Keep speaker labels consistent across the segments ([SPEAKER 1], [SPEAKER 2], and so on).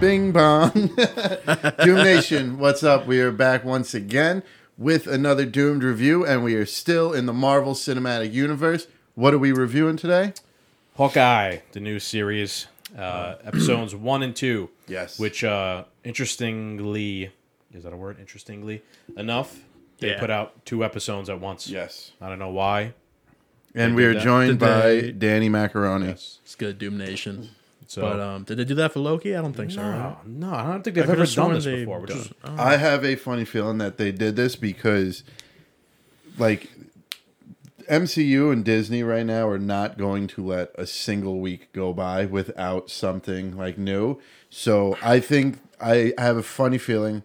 [SPEAKER 1] Bing bong. Doom Nation, what's up? We are back once again with another Doomed review, and we are still in the Marvel Cinematic Universe. What are we reviewing today?
[SPEAKER 2] Hawkeye, the new series, uh, episodes one and two.
[SPEAKER 1] Yes.
[SPEAKER 2] Which, uh, interestingly, is that a word? Interestingly enough, they
[SPEAKER 3] Yeah.
[SPEAKER 2] put out two episodes at once.
[SPEAKER 1] Yes.
[SPEAKER 2] I don't know why.
[SPEAKER 1] And we are
[SPEAKER 3] that
[SPEAKER 1] joined by
[SPEAKER 3] today.
[SPEAKER 1] Danny Macaroni.
[SPEAKER 3] It's good, Doom Nation.
[SPEAKER 2] So,
[SPEAKER 3] But um, did they do that for Loki? I don't think so. right?
[SPEAKER 2] no, no, I don't think they've
[SPEAKER 3] Uh, I could've
[SPEAKER 2] ever done
[SPEAKER 3] sworn
[SPEAKER 2] this
[SPEAKER 3] they've
[SPEAKER 2] before. Which
[SPEAKER 3] done-
[SPEAKER 2] is,
[SPEAKER 1] I have a funny feeling that they did this because, like, MCU and Disney right now are not going to let a single week go by without something like new. So I think I, I have a funny feeling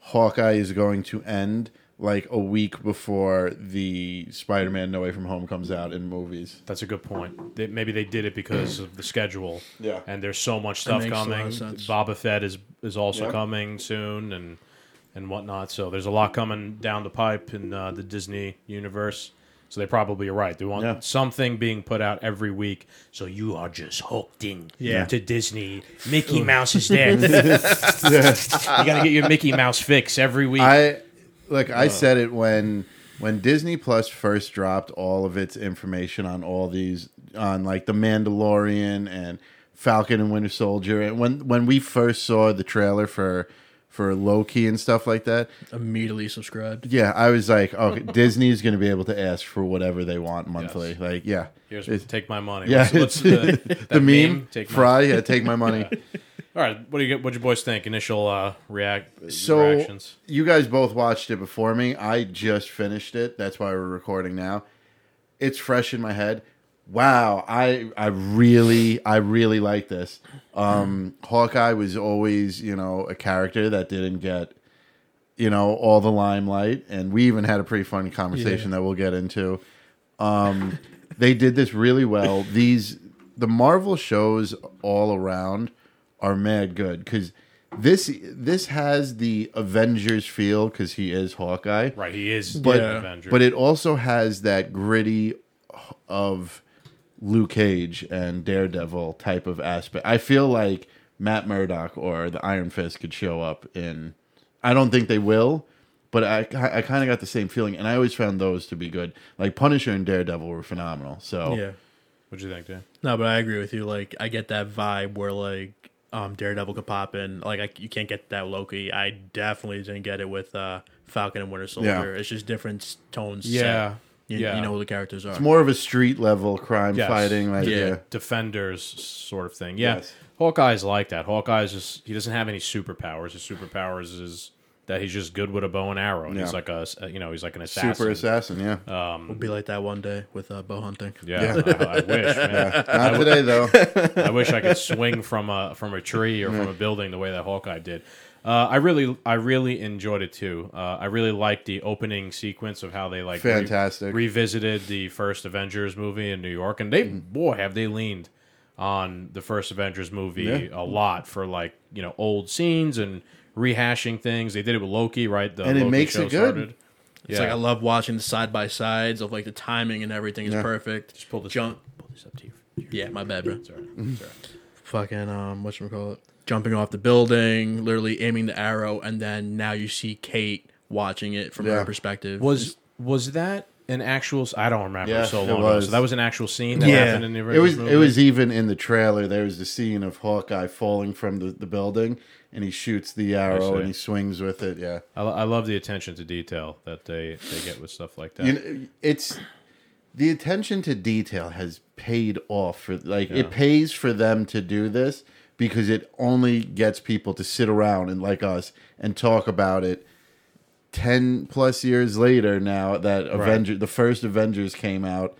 [SPEAKER 1] Hawkeye is going to end like a week before the Spider-Man No Way From Home comes out in movies.
[SPEAKER 2] that's a good point. They, maybe they did it because of the schedule.
[SPEAKER 1] Yeah.
[SPEAKER 2] And there's so much stuff
[SPEAKER 3] makes a lot
[SPEAKER 2] coming.
[SPEAKER 3] of sense.
[SPEAKER 2] Boba Fett is is also
[SPEAKER 1] Yeah.
[SPEAKER 2] coming soon, and and whatnot. So there's a lot coming down the pipe in uh, the Disney universe. So they probably are right. They want
[SPEAKER 1] Yeah.
[SPEAKER 2] something being put out every week, so you are just hooked in
[SPEAKER 3] Yeah.
[SPEAKER 2] to Disney. Mickey Mouse is there. you gotta get your Mickey Mouse fix every week.
[SPEAKER 1] I like I said it when when Disney Plus first dropped all of its information on all these on like the Mandalorian and Falcon and Winter Soldier and when when we first saw the trailer for for Loki and stuff like that,
[SPEAKER 3] Immediately subscribed.
[SPEAKER 1] yeah, I was like, oh, okay, Disney's going to be able to ask for whatever they want monthly. Like, yeah,
[SPEAKER 2] Here's
[SPEAKER 1] It's-
[SPEAKER 2] take my money.
[SPEAKER 1] yeah,
[SPEAKER 2] What's- what's
[SPEAKER 1] it's
[SPEAKER 2] the,
[SPEAKER 1] the
[SPEAKER 2] that
[SPEAKER 1] meme,
[SPEAKER 2] Take my
[SPEAKER 1] fry, yeah, take my money.
[SPEAKER 2] All right, what do you get? What do you boys think? Initial uh, react
[SPEAKER 1] so
[SPEAKER 2] reactions.
[SPEAKER 1] you guys both watched it before me. I just finished it. That's why we're recording now. It's fresh in my head. Wow, I I really I really like this. Um, Hawkeye was always you know a character that didn't get you know all the limelight, and we even had a pretty fun conversation that we'll get into. Um, they did this really well. These the Marvel shows all around are mad good because this this has the Avengers feel because he is Hawkeye,
[SPEAKER 2] Right, he is
[SPEAKER 1] but
[SPEAKER 2] an Avenger.
[SPEAKER 1] but it also has that gritty of Luke Cage and Daredevil type of aspect. I feel like Matt Murdock or the Iron Fist could show up in. I don't think they will, but I I kind of got the same feeling, and I always found those to be good. Like Punisher and Daredevil were phenomenal. So
[SPEAKER 3] Yeah.
[SPEAKER 2] What'd you think, Dan?
[SPEAKER 3] No, but I agree with you. Like, I get that vibe where like um Daredevil could pop in. Like, I, you can't get that Loki. I definitely didn't get it with uh Falcon and Winter Soldier.
[SPEAKER 1] Yeah.
[SPEAKER 3] It's just different s- tones. set.
[SPEAKER 2] Yeah.
[SPEAKER 3] You,
[SPEAKER 2] Yeah.
[SPEAKER 3] you know who the characters are.
[SPEAKER 1] it's more of a street level crime
[SPEAKER 2] Yes.
[SPEAKER 1] fighting. Like,
[SPEAKER 3] Yeah.
[SPEAKER 1] yeah.
[SPEAKER 2] Defenders sort of thing. Yeah.
[SPEAKER 1] Yes.
[SPEAKER 2] Hawkeye's like that. Hawkeye's just he doesn't have any superpowers. His superpowers is that he's just good with a bow and arrow. And He's
[SPEAKER 1] Yeah.
[SPEAKER 2] like a you know, he's like an assassin.
[SPEAKER 1] super assassin. Yeah,
[SPEAKER 3] We'll be like that one day with uh, bow hunting.
[SPEAKER 2] Yeah, I, I wish, man.
[SPEAKER 1] not today though.
[SPEAKER 2] I wish I could swing from a from a tree or from a building the way that Hawkeye did. Uh, I really, I really enjoyed it too. Uh, I really liked the opening sequence of how they like re-
[SPEAKER 1] Fantastic.
[SPEAKER 2] revisited the first Avengers movie in New York, and they
[SPEAKER 1] Mm.
[SPEAKER 2] boy have they leaned on the first Avengers movie a lot for like you know old scenes and rehashing things. They did it with Loki, right? The
[SPEAKER 1] And it
[SPEAKER 2] Loki
[SPEAKER 1] makes
[SPEAKER 2] show
[SPEAKER 1] it good.
[SPEAKER 2] started.
[SPEAKER 3] It's
[SPEAKER 2] Yeah.
[SPEAKER 3] like I love watching the side by sides of like the timing and everything is
[SPEAKER 1] Yeah.
[SPEAKER 3] perfect. Just
[SPEAKER 2] pull this-
[SPEAKER 3] jump.
[SPEAKER 2] Pull this up to you.
[SPEAKER 3] Yeah, my bad, bro.
[SPEAKER 2] Sorry.
[SPEAKER 1] Mm.
[SPEAKER 2] Sorry.
[SPEAKER 3] fucking um what call it jumping off the building literally aiming the arrow and then now you see kate watching it from
[SPEAKER 1] Yeah.
[SPEAKER 3] her perspective
[SPEAKER 2] Was was that an actual? I don't remember.
[SPEAKER 1] Yeah,
[SPEAKER 2] so
[SPEAKER 1] it
[SPEAKER 2] long ago.
[SPEAKER 1] was.
[SPEAKER 2] So that was an actual scene that
[SPEAKER 3] Yeah.
[SPEAKER 2] happened in the
[SPEAKER 1] It
[SPEAKER 2] original
[SPEAKER 1] was
[SPEAKER 2] movie.
[SPEAKER 1] it was even in the trailer. There was the scene of Hawkeye falling from the, the building, and he shoots the arrow
[SPEAKER 2] see.
[SPEAKER 1] and he swings with it. Yeah,
[SPEAKER 2] I, lo- I love the attention to detail that they they get with stuff like that.
[SPEAKER 1] you know, it's the attention to detail has paid off for like it pays for them to do this because it only gets people to sit around and like us and talk about it. 10 plus years later now that Avenger the first Avengers came out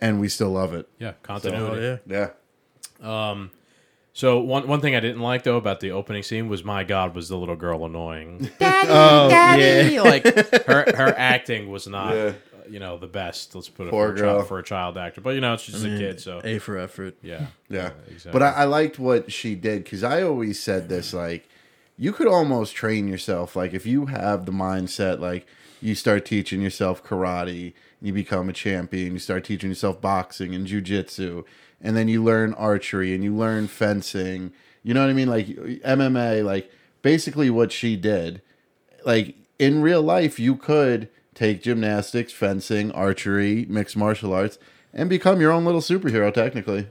[SPEAKER 1] and we still love it.
[SPEAKER 2] yeah,
[SPEAKER 3] oh
[SPEAKER 2] continuity. So,
[SPEAKER 3] yeah
[SPEAKER 1] Yeah.
[SPEAKER 2] one one thing I didn't like though about the opening scene was my god was the little girl annoying.
[SPEAKER 3] yeah
[SPEAKER 2] like her her acting was not
[SPEAKER 1] Oh, Yeah.
[SPEAKER 2] uh, you know the best. Let's put it
[SPEAKER 1] Poor
[SPEAKER 2] for a,
[SPEAKER 1] girl. Mm-hmm.
[SPEAKER 2] child, for a child actor, but you know it's just a kid. So
[SPEAKER 3] a for effort
[SPEAKER 2] yeah,
[SPEAKER 1] Yeah,
[SPEAKER 2] Uh, exactly.
[SPEAKER 1] But I, I liked what she did because I always said this: like, you could almost train yourself. Like, if you have the mindset, like, you start teaching yourself karate, and you become a champion. You start teaching yourself boxing and jujitsu, and then you learn archery and you learn fencing, You know what I mean? Like MMA, like basically what she did. Like in real life, you could take gymnastics, fencing, archery, mixed martial arts, and become your own little superhero. Technically,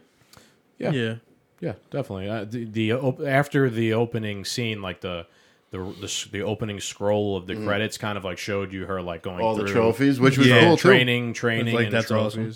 [SPEAKER 2] Yeah.
[SPEAKER 3] yeah.
[SPEAKER 2] Yeah, definitely. Uh, the the op- after the opening scene, like the the the, s- the opening scroll of the credits, kind of like showed you her like going
[SPEAKER 1] Mm-hmm. all
[SPEAKER 2] through
[SPEAKER 1] the trophies, which was
[SPEAKER 2] yeah,
[SPEAKER 1] cool too.
[SPEAKER 2] training, training,
[SPEAKER 3] It's like,
[SPEAKER 2] and
[SPEAKER 3] that's
[SPEAKER 2] trophies.
[SPEAKER 3] awesome.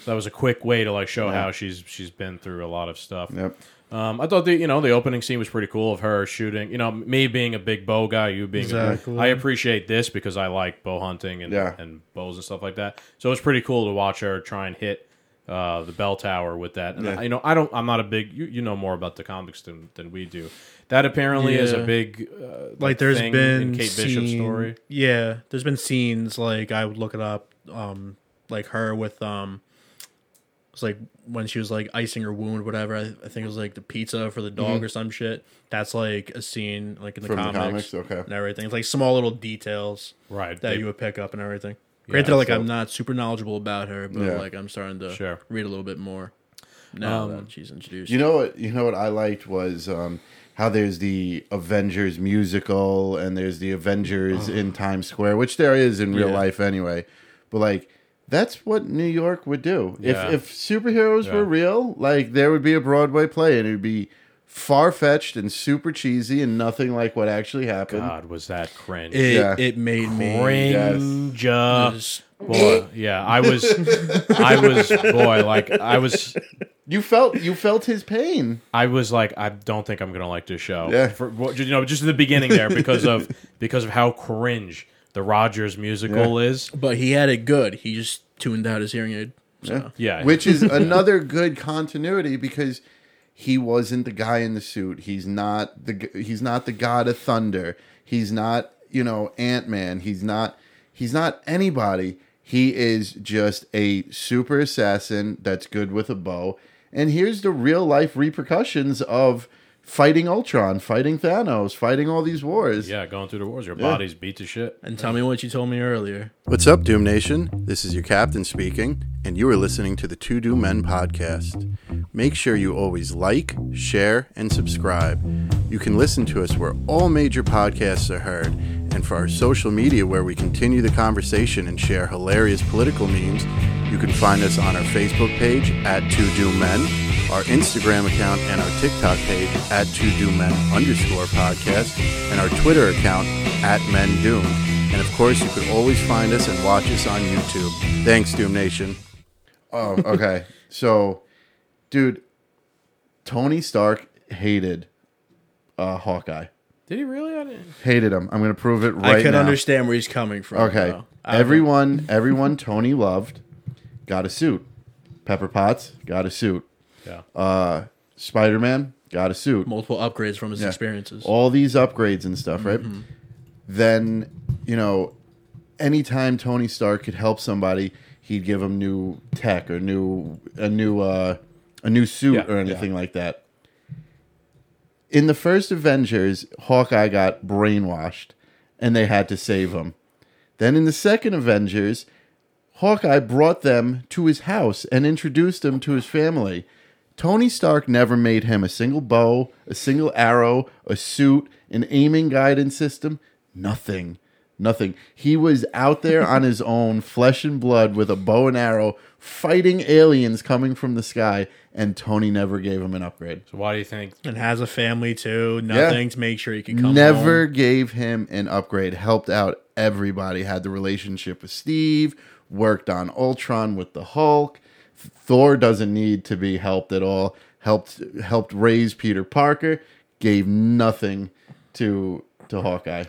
[SPEAKER 2] So that was a quick way to like show how she's she's been through a lot of stuff.
[SPEAKER 1] Yep.
[SPEAKER 2] Um, I thought the you know the opening scene was pretty cool of her shooting. You know, me being a big bow guy, you being
[SPEAKER 3] Exactly.
[SPEAKER 2] a, I appreciate this because I like bow hunting and
[SPEAKER 1] Yeah.
[SPEAKER 2] and bows and stuff like that. So it's pretty cool to watch her try and hit uh, the bell tower with that. And
[SPEAKER 1] Yeah.
[SPEAKER 2] you know, I don't. I'm not a big. You, you know more about the comics than, than we do. That apparently is a
[SPEAKER 3] Yeah.
[SPEAKER 2] big uh,
[SPEAKER 3] like there's
[SPEAKER 2] thing
[SPEAKER 3] been
[SPEAKER 2] in Kate Bishop's
[SPEAKER 3] scene-
[SPEAKER 2] story.
[SPEAKER 3] Yeah, there's been scenes like I would look it up, um, like her with um, it's like when she was like icing her wound, whatever. I, I think it was like the pizza for the dog or some shit. That's like a scene like in the,
[SPEAKER 1] Mm-hmm. From the
[SPEAKER 3] comics,
[SPEAKER 1] comics, okay.
[SPEAKER 3] and everything. It's like small little details
[SPEAKER 2] Right.
[SPEAKER 3] that
[SPEAKER 2] They-
[SPEAKER 3] you would pick up and everything.
[SPEAKER 2] Yeah,
[SPEAKER 3] Granted, like
[SPEAKER 1] so-
[SPEAKER 3] I'm not super knowledgeable about her, but
[SPEAKER 1] Yeah.
[SPEAKER 3] like I'm starting to
[SPEAKER 2] Sure.
[SPEAKER 3] read a little bit more now
[SPEAKER 2] Um,
[SPEAKER 3] that she's introduced.
[SPEAKER 1] You know what? You know what I liked was um, how there's the Avengers musical and there's the Avengers
[SPEAKER 2] Oh.
[SPEAKER 1] in Times Square, which there is in real
[SPEAKER 3] Yeah.
[SPEAKER 1] life anyway. But like, that's what New York would do
[SPEAKER 2] Yeah.
[SPEAKER 1] if if superheroes were
[SPEAKER 2] Yeah.
[SPEAKER 1] real. Like, there would be a Broadway play, and it would be far fetched and super cheesy and nothing like what actually happened.
[SPEAKER 2] God, was that cringe?
[SPEAKER 3] it
[SPEAKER 1] Yeah.
[SPEAKER 3] it made me
[SPEAKER 2] cringe.
[SPEAKER 3] just
[SPEAKER 2] Boy, yeah, I was, I was, boy, like I was,
[SPEAKER 1] You felt you felt his pain.
[SPEAKER 2] I was like, I don't think I'm gonna like this show.
[SPEAKER 1] Yeah.
[SPEAKER 2] For, what- you know, just at the beginning there because of because of how cringe the Rogers musical is.
[SPEAKER 3] But he had it good. He just tuned out his hearing aid. So.
[SPEAKER 2] Yeah,
[SPEAKER 1] which is another good continuity because he wasn't the guy in the suit. He's not the g- he's not the god of thunder. He's not you know Ant Man. He's not he's not anybody. He is just a super assassin that's good with a bow. And here's the real life repercussions of fighting Ultron, fighting Thanos, fighting all these wars.
[SPEAKER 2] yeah, going through the wars, your body's beat to shit.
[SPEAKER 3] And tell me what you told me earlier.
[SPEAKER 1] What's up, Doom Nation? This is your captain speaking, and you are listening to the Two Doom Men podcast. Make sure you always like, share, and subscribe. You can listen to us where all major podcasts are heard, and for our social media where we continue the conversation and share hilarious political memes, you can find us on our Facebook page at Two Doom Men, our Instagram account and our TikTok page at Two Doom Men underscore podcast, and our Twitter account at Men Doom. And of course, you could always find us and watch us on YouTube. Thanks, Doom Nation. Oh, okay. so, dude, Tony Stark hated uh, Hawkeye.
[SPEAKER 2] Did he really? I didn't.
[SPEAKER 1] Hated him. I'm going to prove it right
[SPEAKER 3] I can
[SPEAKER 1] now.
[SPEAKER 3] understand where he's coming from.
[SPEAKER 1] Okay.
[SPEAKER 3] though. I-
[SPEAKER 1] Everyone, everyone Tony loved got a suit. Pepper Potts got a suit.
[SPEAKER 2] Yeah,
[SPEAKER 1] Uh, Spider Man got a suit.
[SPEAKER 3] multiple upgrades from his
[SPEAKER 1] Yeah.
[SPEAKER 3] experiences.
[SPEAKER 1] all these upgrades and stuff, right?
[SPEAKER 2] Mm-hmm.
[SPEAKER 1] Then, you know, anytime Tony Stark could help somebody, he'd give him new tech or new a new uh a new suit
[SPEAKER 2] Yeah,
[SPEAKER 1] or anything like that. In the first Avengers, Hawkeye got brainwashed and they had to save him. Then in the second Avengers, Hawkeye brought them to his house and introduced them to his family. Tony Stark never made him a single bow, a single arrow, a suit, an aiming guidance system, nothing. Nothing. He was out there on his own, flesh and blood, with a bow and arrow, fighting aliens coming from the sky, and Tony never gave him an upgrade.
[SPEAKER 2] so why do you think?
[SPEAKER 3] and has a family too. Nothing to make sure he can come
[SPEAKER 1] Never
[SPEAKER 3] home.
[SPEAKER 1] gave him an upgrade. Helped out everybody. Had the relationship with Steve. Worked on Ultron with the Hulk. Thor doesn't need to be helped at all. Helped helped raise Peter Parker. Gave nothing to to Hawkeye.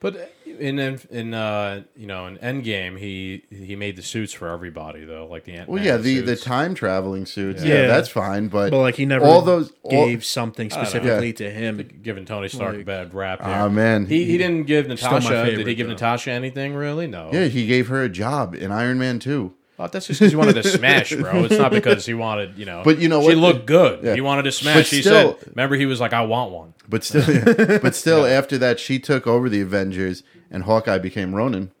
[SPEAKER 2] But in in uh, you know in Endgame, he he made the suits for everybody though, like the Ant.
[SPEAKER 1] Well, yeah, the the time traveling suits. Yeah,
[SPEAKER 3] Yeah.
[SPEAKER 1] that's fine. But,
[SPEAKER 3] But like he never
[SPEAKER 1] all those all-
[SPEAKER 3] gave something specifically to him.
[SPEAKER 2] giving Tony Stark a
[SPEAKER 3] Like-
[SPEAKER 2] bad rap. Here.
[SPEAKER 1] Ah, man.
[SPEAKER 2] he, he didn't give
[SPEAKER 3] my
[SPEAKER 2] Natasha. Did he
[SPEAKER 3] favorite,
[SPEAKER 2] give
[SPEAKER 3] though.
[SPEAKER 2] Natasha anything really? No.
[SPEAKER 1] yeah, he gave her a job in Iron Man two.
[SPEAKER 2] Oh, that's just because he wanted to smash, bro. It's not because he wanted, you know.
[SPEAKER 1] But you know
[SPEAKER 2] she
[SPEAKER 1] what?
[SPEAKER 2] looked good.
[SPEAKER 1] Yeah.
[SPEAKER 2] He wanted to
[SPEAKER 1] But
[SPEAKER 2] smash. He
[SPEAKER 1] still-
[SPEAKER 2] said, "Remember, he was like, I want one."
[SPEAKER 1] But still, but still, after that, she took over the Avengers, and Hawkeye became Ronin.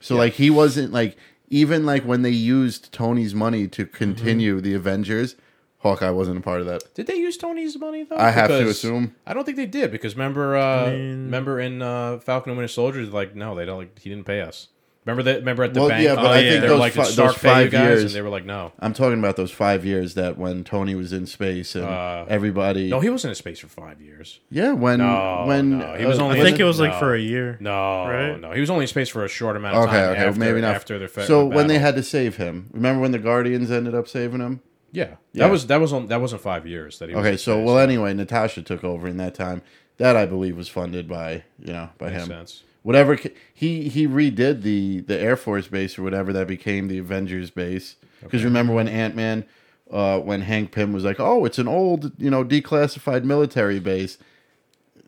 [SPEAKER 1] So like he
[SPEAKER 2] Mm-hmm.
[SPEAKER 1] wasn't like even like when they used Tony's money to continue the Avengers, Hawkeye wasn't a part of that.
[SPEAKER 2] Did they use Tony's money though?
[SPEAKER 1] I have to
[SPEAKER 2] Because
[SPEAKER 1] assume.
[SPEAKER 2] I don't think they did because remember, uh,
[SPEAKER 3] mean-
[SPEAKER 2] remember in uh, Falcon and Winter Soldier, they're like no, they don't. Like, he didn't pay us. Remember that? Remember at the
[SPEAKER 1] Well,
[SPEAKER 2] bank?
[SPEAKER 1] yeah,
[SPEAKER 2] Oh,
[SPEAKER 1] but
[SPEAKER 3] I think
[SPEAKER 2] they were
[SPEAKER 3] those
[SPEAKER 2] like,
[SPEAKER 1] fi-
[SPEAKER 2] did Stark
[SPEAKER 1] those
[SPEAKER 2] pay you
[SPEAKER 1] five
[SPEAKER 2] guys?
[SPEAKER 1] years-
[SPEAKER 2] And they were like, no,
[SPEAKER 1] I'm talking about those five years that when Tony was in space and
[SPEAKER 2] Uh,
[SPEAKER 1] everybody.
[SPEAKER 2] no, he was in space for five years.
[SPEAKER 1] yeah, when
[SPEAKER 2] No,
[SPEAKER 1] when uh,
[SPEAKER 2] no, he was only-
[SPEAKER 3] I think it was like
[SPEAKER 2] No.
[SPEAKER 3] for a year.
[SPEAKER 2] No,
[SPEAKER 3] Right?
[SPEAKER 2] no, he was only in space for a short amount of
[SPEAKER 1] Okay,
[SPEAKER 2] time.
[SPEAKER 1] okay,
[SPEAKER 2] after,
[SPEAKER 1] maybe not.
[SPEAKER 2] after their fa-
[SPEAKER 1] so
[SPEAKER 2] the
[SPEAKER 1] when they
[SPEAKER 2] battle.
[SPEAKER 1] had to save him, remember when the Guardians ended up saving him?
[SPEAKER 2] yeah,
[SPEAKER 1] Yeah.
[SPEAKER 2] that was that was on that wasn't five years that he was
[SPEAKER 1] Okay,
[SPEAKER 2] in
[SPEAKER 1] so
[SPEAKER 2] space.
[SPEAKER 1] well, anyway, Natasha took over in that time. That I believe was funded by you know by
[SPEAKER 2] makes
[SPEAKER 1] him.
[SPEAKER 2] sense.
[SPEAKER 1] Whatever ca- he he redid the the Air Force base or whatever that became the Avengers base. Because remember when Ant Man, uh, when Hank Pym was like, "Oh, it's an old you know declassified military base."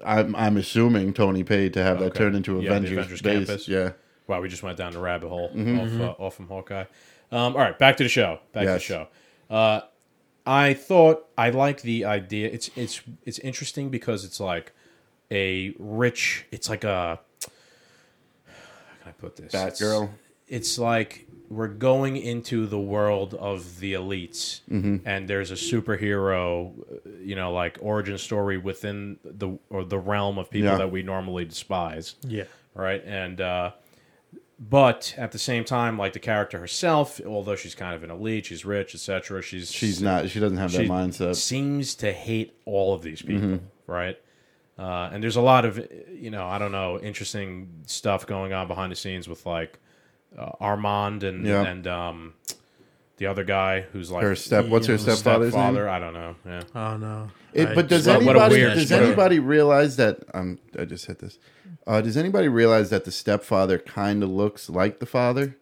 [SPEAKER 1] I'm I'm assuming Tony paid to have that
[SPEAKER 2] Okay.
[SPEAKER 1] turned into
[SPEAKER 2] Yeah, the
[SPEAKER 1] Avengers,
[SPEAKER 2] Avengers
[SPEAKER 1] base.
[SPEAKER 2] campus.
[SPEAKER 1] Yeah,
[SPEAKER 2] Wow, we just went down the rabbit hole
[SPEAKER 1] Mm-hmm.
[SPEAKER 2] off, uh, off from Hawkeye. Um, all right, back to the show. Back to the
[SPEAKER 1] Yes.
[SPEAKER 2] show. Uh, I thought I like the idea. It's it's it's interesting because it's like a rich. It's like a. How can I put this? It's-
[SPEAKER 1] Batgirl.
[SPEAKER 2] it's like we're going into the world of the elites
[SPEAKER 1] Mm-hmm.
[SPEAKER 2] and there's a superhero uh, you know like origin story within the or the realm of people
[SPEAKER 1] Yeah.
[SPEAKER 2] that we normally despise
[SPEAKER 3] Yeah.
[SPEAKER 2] right and uh but at the same time like the character herself although she's kind of an elite she's rich etc she's
[SPEAKER 1] She's not. She doesn't have that
[SPEAKER 2] she
[SPEAKER 1] mindset. Mm-hmm.
[SPEAKER 2] seems to hate all of these people, right? Uh, and there's a lot of you know I don't know interesting stuff going on behind the scenes with like uh, Armand and
[SPEAKER 1] Yeah.
[SPEAKER 2] and um, the other guy who's like
[SPEAKER 1] Her step. What's her
[SPEAKER 3] Yeah.
[SPEAKER 1] stepfather's name?
[SPEAKER 2] stepfather. I don't know. Yeah.
[SPEAKER 3] Oh no.
[SPEAKER 1] It,
[SPEAKER 3] I
[SPEAKER 1] but does
[SPEAKER 3] just-
[SPEAKER 2] What- what a
[SPEAKER 1] anybody
[SPEAKER 2] weird-
[SPEAKER 1] does
[SPEAKER 2] what a-
[SPEAKER 1] anybody realize that um, I just hit this? Uh, does anybody realize that the stepfather kind of looks like the father?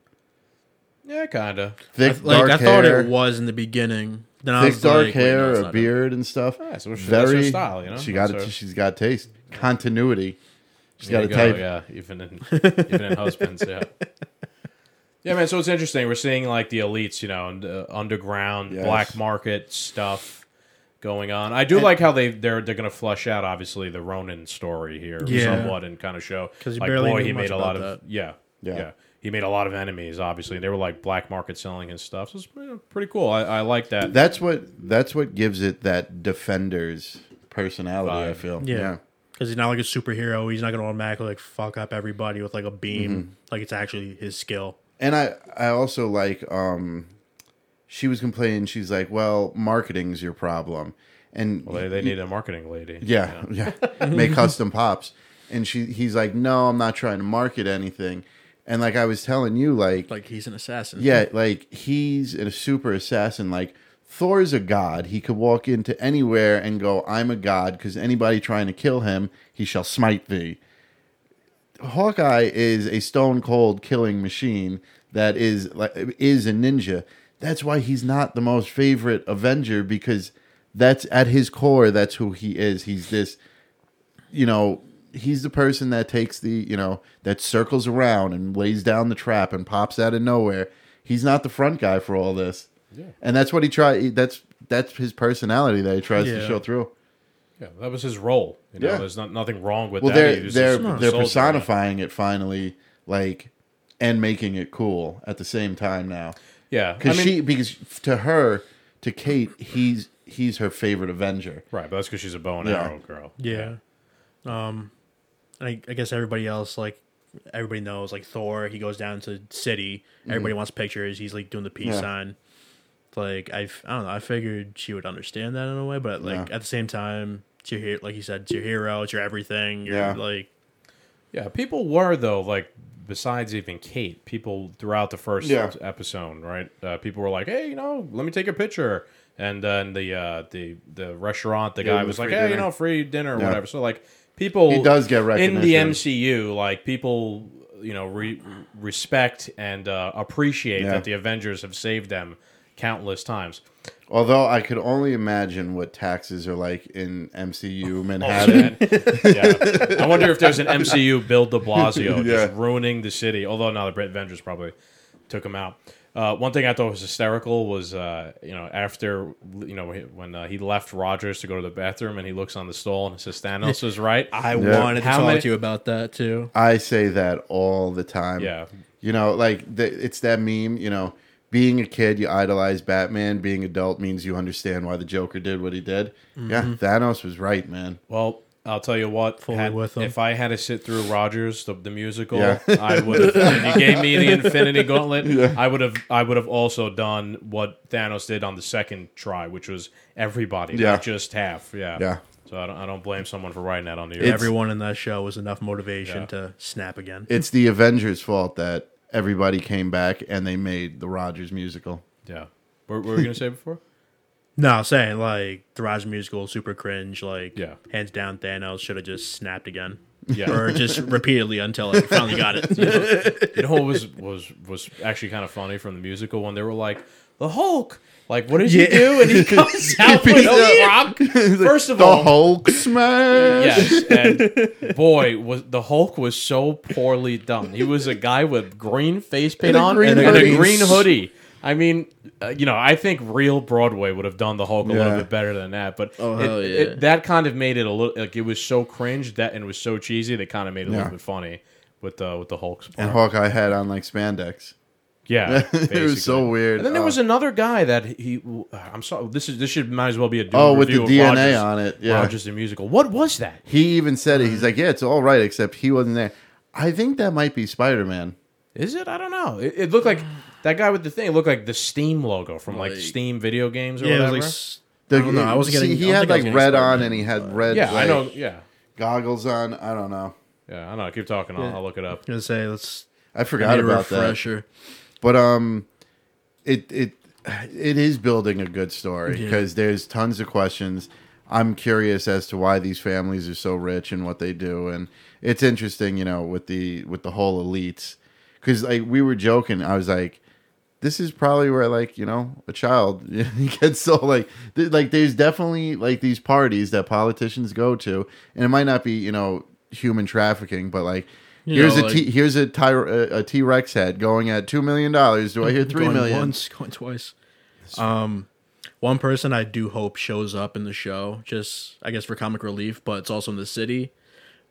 [SPEAKER 2] Yeah, kind of.
[SPEAKER 1] Thick
[SPEAKER 3] I- like
[SPEAKER 1] dark
[SPEAKER 3] I thought
[SPEAKER 1] hair,
[SPEAKER 3] it was in the beginning. Then I
[SPEAKER 1] thick
[SPEAKER 3] was
[SPEAKER 1] dark
[SPEAKER 3] like, wait, no,
[SPEAKER 1] hair,
[SPEAKER 3] it's
[SPEAKER 1] a
[SPEAKER 3] not him.
[SPEAKER 1] beard and stuff.
[SPEAKER 2] Yeah, so that's her- that's her
[SPEAKER 1] Very
[SPEAKER 2] style, you know?
[SPEAKER 1] She got
[SPEAKER 2] That's
[SPEAKER 1] it.
[SPEAKER 2] her-
[SPEAKER 1] She's got taste, continuity. She's got
[SPEAKER 2] There
[SPEAKER 1] a
[SPEAKER 2] you go,
[SPEAKER 1] type.
[SPEAKER 2] Yeah, even in even in husbands. Yeah. Yeah, man. So it's interesting. We're seeing like the elites, you know, and uh, underground
[SPEAKER 1] Yes.
[SPEAKER 2] black market stuff going on. I do like how they they're they're going to flush out obviously the Ronin story here
[SPEAKER 3] Yeah.
[SPEAKER 2] somewhat and kind of show
[SPEAKER 3] 'Cause you
[SPEAKER 2] like
[SPEAKER 3] barely
[SPEAKER 2] boy
[SPEAKER 3] knew
[SPEAKER 2] he
[SPEAKER 3] much
[SPEAKER 2] made a
[SPEAKER 3] about
[SPEAKER 2] lot of
[SPEAKER 3] that.
[SPEAKER 2] yeah, yeah
[SPEAKER 1] Yeah.
[SPEAKER 2] he made a lot of enemies obviously and they were like black market selling his stuff. So it's uh, pretty cool. I, I like that.
[SPEAKER 1] That's what. That's what gives it that defenders personality. I
[SPEAKER 2] Vibe.
[SPEAKER 1] feel.
[SPEAKER 3] Yeah.
[SPEAKER 1] Yeah.
[SPEAKER 3] Because he's not like a superhero. He's not going to automatically like fuck up everybody with like a beam.
[SPEAKER 1] Mm-hmm.
[SPEAKER 3] Like it's actually his skill.
[SPEAKER 1] And I. I also like. Um, she was complaining. She's like, "Well, marketing's your problem." And
[SPEAKER 2] Well, they, they need a marketing lady.
[SPEAKER 1] Yeah, yeah. Make custom pops. And she he's like, "No, I'm not trying to market anything." And like I was telling you like,
[SPEAKER 3] Like he's an assassin.
[SPEAKER 1] yeah, like he's a super assassin like Thor's a god. He could walk into anywhere and go, "I'm a god," cuz anybody trying to kill him, he shall smite thee. Hawkeye is a stone cold killing machine that is like is a ninja. That's why he's not the most favorite Avenger because that's at his core. That's who he is. He's this, you know, he's the person that takes the you know that circles around and lays down the trap and pops out of nowhere. He's not the front guy for all this,
[SPEAKER 2] Yeah.
[SPEAKER 1] and that's what he try. That's that's his personality that he tries to
[SPEAKER 3] Yeah.
[SPEAKER 1] show through.
[SPEAKER 2] Yeah, that was his role. You know,
[SPEAKER 1] Yeah.
[SPEAKER 2] there's not, nothing wrong with
[SPEAKER 1] Well,
[SPEAKER 2] that.
[SPEAKER 1] they're
[SPEAKER 2] He was a
[SPEAKER 1] they're
[SPEAKER 2] super
[SPEAKER 1] they're
[SPEAKER 2] soldier, yeah.
[SPEAKER 1] personifying it finally, like, and making it cool at the same time now.
[SPEAKER 2] Yeah, I
[SPEAKER 1] Because
[SPEAKER 2] mean-
[SPEAKER 1] she, because to her, to Kate, he's he's her favorite Avenger.
[SPEAKER 2] Right, but that's because she's a bow and
[SPEAKER 1] Yeah.
[SPEAKER 2] arrow girl.
[SPEAKER 3] Yeah. Um, and I, I guess everybody else, like, everybody knows, like, Thor, he goes down to the city. Everybody wants pictures. He's, like, doing the peace
[SPEAKER 1] Mm-hmm. Yeah.
[SPEAKER 3] sign. Like, I, f- I don't know. I figured she would understand that in a way, but, like,
[SPEAKER 1] Yeah.
[SPEAKER 3] at the same time, it's your, he- like you said, it's your hero. It's your everything. You're,
[SPEAKER 1] Yeah.
[SPEAKER 3] like,
[SPEAKER 2] Yeah, people were though. Like besides even Kate, people throughout the first
[SPEAKER 1] Yeah.
[SPEAKER 2] episode, right? Uh, people were like, "Hey, you know, let me take a picture." And then the uh, the the restaurant, the
[SPEAKER 1] Yeah,
[SPEAKER 2] guy
[SPEAKER 1] it
[SPEAKER 2] was
[SPEAKER 1] was
[SPEAKER 2] like,
[SPEAKER 1] free
[SPEAKER 2] "Hey, you
[SPEAKER 1] dinner.
[SPEAKER 2] know, free dinner or
[SPEAKER 1] Yeah.
[SPEAKER 2] whatever." So like, people
[SPEAKER 1] He does get
[SPEAKER 2] in the
[SPEAKER 1] recognition.
[SPEAKER 2] MCU. Like people, you know, re- respect and uh, appreciate
[SPEAKER 1] Yeah.
[SPEAKER 2] that the Avengers have saved them countless times.
[SPEAKER 1] Although I could only imagine what taxes are like in
[SPEAKER 2] Oh,
[SPEAKER 1] MCU Manhattan.
[SPEAKER 2] Man. yeah. I wonder if there's an MCU build de Blasio just
[SPEAKER 1] Yeah.
[SPEAKER 2] ruining the city. Although now the Brit Avengers probably took him out. Uh, one thing I thought was hysterical was uh, you know after you know when uh, he left Rogers to go to the bathroom and he looks on the stall and it says Thanos is right.
[SPEAKER 3] I
[SPEAKER 1] Yeah.
[SPEAKER 3] wanted to
[SPEAKER 2] How
[SPEAKER 3] talk
[SPEAKER 2] many-
[SPEAKER 3] to you about that, too.
[SPEAKER 1] I say that all the time.
[SPEAKER 2] yeah
[SPEAKER 1] You know, like the, it's that meme. You know, being a kid, you idolize Batman. Being adult means you understand why the Joker did what he did. Yeah,
[SPEAKER 2] Mm-hmm.
[SPEAKER 1] Thanos was right, man.
[SPEAKER 2] Well, I'll tell you what.
[SPEAKER 3] Fully
[SPEAKER 2] had-
[SPEAKER 3] with 'em.
[SPEAKER 2] if I had to sit through Rogers the, the musical,
[SPEAKER 1] Yeah.
[SPEAKER 2] I would. have If you gave me the Infinity Gauntlet, I would have. I would have also done what Thanos did on the second try, which was everybody,
[SPEAKER 1] Yeah.
[SPEAKER 2] not just half. Yeah,
[SPEAKER 1] Yeah.
[SPEAKER 2] So I don't. I don't blame someone for writing that on the.
[SPEAKER 1] It's-
[SPEAKER 2] Every,
[SPEAKER 3] Everyone in that show was enough motivation
[SPEAKER 2] Yeah.
[SPEAKER 3] to snap again.
[SPEAKER 1] It's the Avengers' fault that everybody came back and they made the Rogers musical.
[SPEAKER 2] yeah. What, what were you gonna say before?
[SPEAKER 3] no, I'm saying like the Rise musical super cringe. Like
[SPEAKER 2] Yeah.
[SPEAKER 3] hands down, Thanos should have just snapped again.
[SPEAKER 2] Yeah.
[SPEAKER 3] or just repeatedly until I finally got it. you know?
[SPEAKER 2] You know what was was was actually kind of funny from the musical when they were like the Hulk. Like, what did you
[SPEAKER 3] Yeah.
[SPEAKER 2] do? And he comes out with
[SPEAKER 1] beats
[SPEAKER 2] a
[SPEAKER 1] up-
[SPEAKER 2] rock.
[SPEAKER 1] He's like,
[SPEAKER 2] First of
[SPEAKER 1] the
[SPEAKER 2] all,
[SPEAKER 1] Hulk smash.
[SPEAKER 2] Yes, and boy, was the Hulk was so poorly done. He was a guy with green face paint
[SPEAKER 1] a
[SPEAKER 2] on
[SPEAKER 1] green
[SPEAKER 2] and, a- and
[SPEAKER 1] hoodie.
[SPEAKER 2] a green hoodie. I mean, uh, you know, I think real Broadway would have done the Hulk a
[SPEAKER 1] Yeah.
[SPEAKER 2] little bit better than that, but
[SPEAKER 3] Oh,
[SPEAKER 2] it-
[SPEAKER 3] hell yeah.
[SPEAKER 2] it- that kind of made it a little like it was so cringe that and it was so cheesy. They kind of made it a
[SPEAKER 1] Yeah.
[SPEAKER 2] little bit funny with the with the Hulk's part.
[SPEAKER 1] And Hawkeye had on like spandex.
[SPEAKER 2] yeah,
[SPEAKER 1] it
[SPEAKER 2] basically.
[SPEAKER 1] was so weird.
[SPEAKER 2] And then there
[SPEAKER 1] Uh,
[SPEAKER 2] was another guy that he. I'm sorry. This is this should might as well be a
[SPEAKER 1] Oh, with the
[SPEAKER 2] review of
[SPEAKER 1] DNA
[SPEAKER 2] Rogers-
[SPEAKER 1] on it, yeah.
[SPEAKER 2] Rogers the musical. What was that?
[SPEAKER 1] he even said
[SPEAKER 2] Uh-huh.
[SPEAKER 1] it. He's like, yeah, it's all right, except he wasn't there. I think that might be Spider Man.
[SPEAKER 2] Is it? I don't know. It, it looked like that guy with the thing. It looked like the Steam logo from like,
[SPEAKER 3] Like-
[SPEAKER 2] Steam video games or
[SPEAKER 3] yeah, it
[SPEAKER 2] whatever.
[SPEAKER 3] was like s- I don't know. I wasn't getting.
[SPEAKER 1] See,
[SPEAKER 3] I
[SPEAKER 1] he
[SPEAKER 3] don't
[SPEAKER 1] had
[SPEAKER 3] think I was
[SPEAKER 1] like
[SPEAKER 3] getting
[SPEAKER 1] red on
[SPEAKER 3] Spider-Man.
[SPEAKER 1] and he had red.
[SPEAKER 2] yeah, I
[SPEAKER 1] like,
[SPEAKER 2] know. Yeah,
[SPEAKER 1] Goggles on. I don't know.
[SPEAKER 2] yeah. I don't know. Keep talking. I'll, I'll look it up.
[SPEAKER 3] I was gonna say let's
[SPEAKER 1] I
[SPEAKER 3] I
[SPEAKER 1] forgot
[SPEAKER 3] need a
[SPEAKER 1] about that.
[SPEAKER 3] refresher.
[SPEAKER 1] but um it it it is building a good story
[SPEAKER 3] Yeah.
[SPEAKER 1] because there's tons of questions i'm curious as to why these families are so rich and what they do and it's interesting you know with the with the whole elites because like we were joking i was like this is probably where like you know a child gets so like th- like there's definitely like these parties that politicians go to and it might not be you know human trafficking but like
[SPEAKER 3] You
[SPEAKER 1] here's
[SPEAKER 3] know,
[SPEAKER 1] a
[SPEAKER 3] like-
[SPEAKER 1] T here's a ty- a, a t-rex head going at two million dollars do i hear three
[SPEAKER 3] going
[SPEAKER 1] million
[SPEAKER 3] once, going twice. Um, one person I do hope shows up in the show, just I guess for comic relief, but it's also in the city.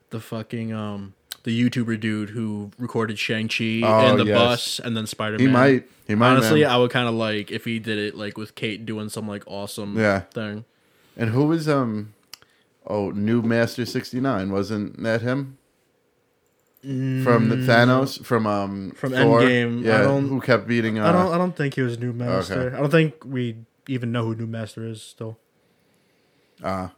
[SPEAKER 3] The fucking um, the YouTuber dude who recorded Shang Chi
[SPEAKER 1] Oh,
[SPEAKER 3] and the
[SPEAKER 1] yes.
[SPEAKER 3] bus, and then Spider
[SPEAKER 1] he
[SPEAKER 3] Man.
[SPEAKER 1] might he might
[SPEAKER 3] Honestly,
[SPEAKER 1] man.
[SPEAKER 3] I would kind of like if he did it like with Kate doing some like awesome
[SPEAKER 1] Yeah.
[SPEAKER 3] thing.
[SPEAKER 1] and who was um oh new master 69 wasn't that him from the Thanos, from um,
[SPEAKER 3] Mm. From
[SPEAKER 1] Thor?
[SPEAKER 3] Endgame, I
[SPEAKER 1] yeah,
[SPEAKER 3] don't-
[SPEAKER 1] who kept beating. Uh,
[SPEAKER 4] I don't. I don't think he was New Master. I don't think we even know who New Master is. Still,
[SPEAKER 1] uh,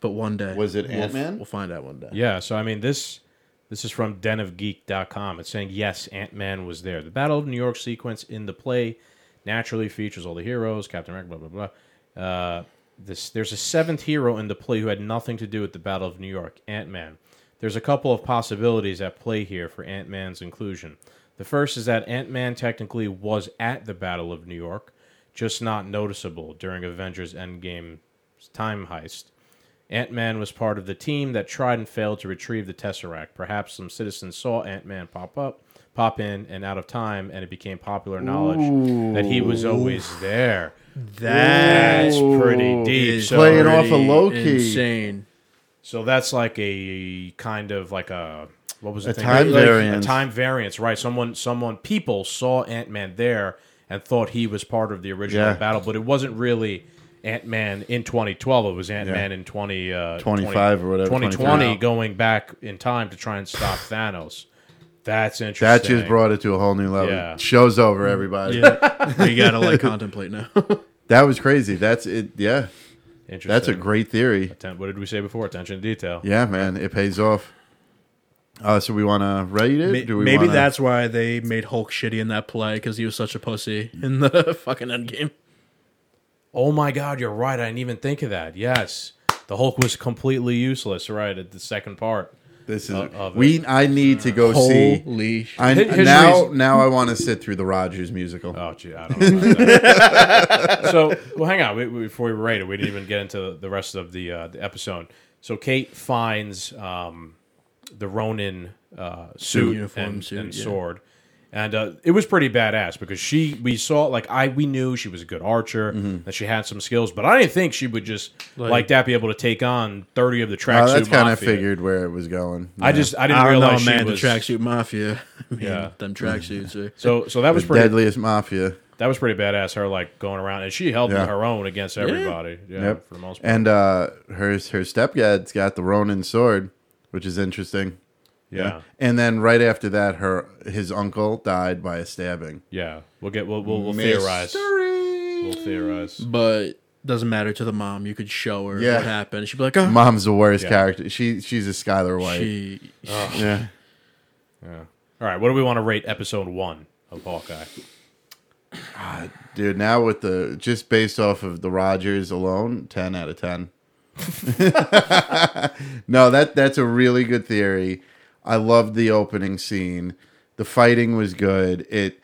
[SPEAKER 3] But one day,
[SPEAKER 1] Was it
[SPEAKER 3] we'll f-
[SPEAKER 1] Ant-Man?
[SPEAKER 3] We'll find out one day.
[SPEAKER 2] Yeah. So I mean this. This is from denofgeek.com. It's saying, yes, Ant Man was there. The Battle of New York sequence in the play naturally features all the heroes, Captain America, blah, blah, blah. Uh, this, there's a seventh hero in the play who had nothing to do with the Battle of New York, Ant Man. There's a couple of possibilities at play here for Ant Man's inclusion. The first is that Ant Man technically was at the Battle of New York, just not noticeable during Avengers Endgame's time heist. Ant Man was part of the team that tried and failed to retrieve the Tesseract. Perhaps some citizens saw Ant Man pop up, pop in, and out of time, and it became popular knowledge that he was always there.
[SPEAKER 3] That
[SPEAKER 2] That's pretty deep.
[SPEAKER 3] is
[SPEAKER 2] So,
[SPEAKER 1] Playing off of
[SPEAKER 3] pretty
[SPEAKER 1] low-key.
[SPEAKER 3] insane.
[SPEAKER 2] so that's like a kind of like a what was the
[SPEAKER 1] A
[SPEAKER 2] thing?
[SPEAKER 1] time
[SPEAKER 2] Like,
[SPEAKER 1] variance.
[SPEAKER 2] A time variance, right? Someone, someone, people saw Ant Man there and thought he was part of the original
[SPEAKER 1] Yeah.
[SPEAKER 2] battle, but it wasn't really. Ant Man in 2012. It was Ant Man in 20, uh,
[SPEAKER 1] 25 or whatever,
[SPEAKER 2] 2020
[SPEAKER 1] 23.
[SPEAKER 2] going back in time to try and stop Thanos. That's interesting.
[SPEAKER 1] that just brought it to a whole new level.
[SPEAKER 2] Yeah.
[SPEAKER 1] Show's over, everybody.
[SPEAKER 3] Yeah, we gotta like contemplate now.
[SPEAKER 1] That was crazy. That's it. Yeah,
[SPEAKER 2] Interesting.
[SPEAKER 1] that's a great theory.
[SPEAKER 2] Atten- what did we say before? Attention to detail.
[SPEAKER 1] Yeah, man, it pays off. Uh, so we want to rate it. Do we
[SPEAKER 3] Maybe
[SPEAKER 1] wanna-
[SPEAKER 3] that's why they made Hulk shitty in that play because he was such a pussy in the fucking Endgame.
[SPEAKER 2] Oh my God, you're right. I didn't even think of that. Yes, the Hulk was completely useless. Right at the second part.
[SPEAKER 1] this is
[SPEAKER 2] of it.
[SPEAKER 1] we. I need to go see.
[SPEAKER 3] Holy shit!
[SPEAKER 1] I,
[SPEAKER 2] His- his
[SPEAKER 1] now,
[SPEAKER 2] reason-
[SPEAKER 1] now I want to sit through the Rogers musical.
[SPEAKER 2] Oh, gee, I don't know. About that. so, well, hang on. We, we, before we rate it, we didn't even get into the rest of the uh, the episode. So, Kate finds um, the Ronin uh, suit
[SPEAKER 3] uniform
[SPEAKER 2] and,
[SPEAKER 3] suit,
[SPEAKER 2] and
[SPEAKER 3] yeah.
[SPEAKER 2] sword, and uh, it was pretty badass because she we saw like I we knew she was a good archer
[SPEAKER 3] Mm-hmm.
[SPEAKER 2] that she had some skills, but I didn't think she would just like, that be able to take on thirty of the tracksuit.
[SPEAKER 1] Oh, that's kind
[SPEAKER 2] mafia.
[SPEAKER 1] of figured where it was going.
[SPEAKER 2] I just I didn't
[SPEAKER 3] I don't know,
[SPEAKER 2] realize
[SPEAKER 3] man.
[SPEAKER 2] she was
[SPEAKER 3] The tracksuit mafia. Man,
[SPEAKER 2] Yeah.
[SPEAKER 3] them tracksuits are.
[SPEAKER 2] so so that was
[SPEAKER 1] the
[SPEAKER 2] pretty
[SPEAKER 1] deadliest mafia.
[SPEAKER 2] that was pretty badass. Her like going around and she held
[SPEAKER 1] Yeah.
[SPEAKER 2] her own against everybody. Yeah,
[SPEAKER 1] Yep.
[SPEAKER 2] for the most part.
[SPEAKER 1] And uh, her her stepdad's got the Ronin sword, which is interesting.
[SPEAKER 2] yeah.
[SPEAKER 1] And then right after that, her his uncle died by a stabbing.
[SPEAKER 2] Yeah, we'll get we'll we'll, we'll theorize. We'll theorize.
[SPEAKER 3] But doesn't matter to the mom. You could show her
[SPEAKER 1] Yeah.
[SPEAKER 3] what happened. She'd be like, oh,
[SPEAKER 1] Mom's the worst
[SPEAKER 2] Yeah.
[SPEAKER 1] character. She she's a Skylar White.
[SPEAKER 3] she.
[SPEAKER 1] yeah.
[SPEAKER 2] Yeah. All right. What do we want to rate episode one of Hawkeye?
[SPEAKER 1] Dude, now with the just based off of the Rogers alone, ten out of ten. no, that that's a really good theory. I loved the opening scene. The fighting was good. It,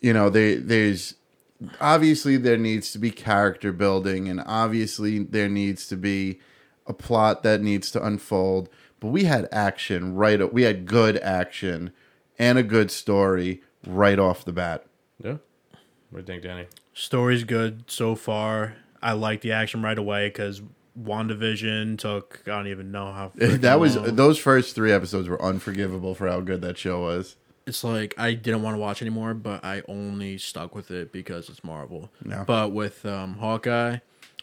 [SPEAKER 1] you know, there there's obviously there needs to be character building, and obviously there needs to be a plot that needs to unfold. But we had action right. o- We had good action and a good story right off the bat.
[SPEAKER 2] Yeah. What do you think, Danny?
[SPEAKER 3] Story's good so far. I like the action right away because WandaVision took, I don't even know how. freaking
[SPEAKER 1] that was
[SPEAKER 3] long.
[SPEAKER 1] those first three episodes were unforgivable for how good that show was.
[SPEAKER 3] it's like I didn't want to watch anymore, but I only stuck with it because it's Marvel.
[SPEAKER 1] Yeah.
[SPEAKER 3] But with um, Hawkeye,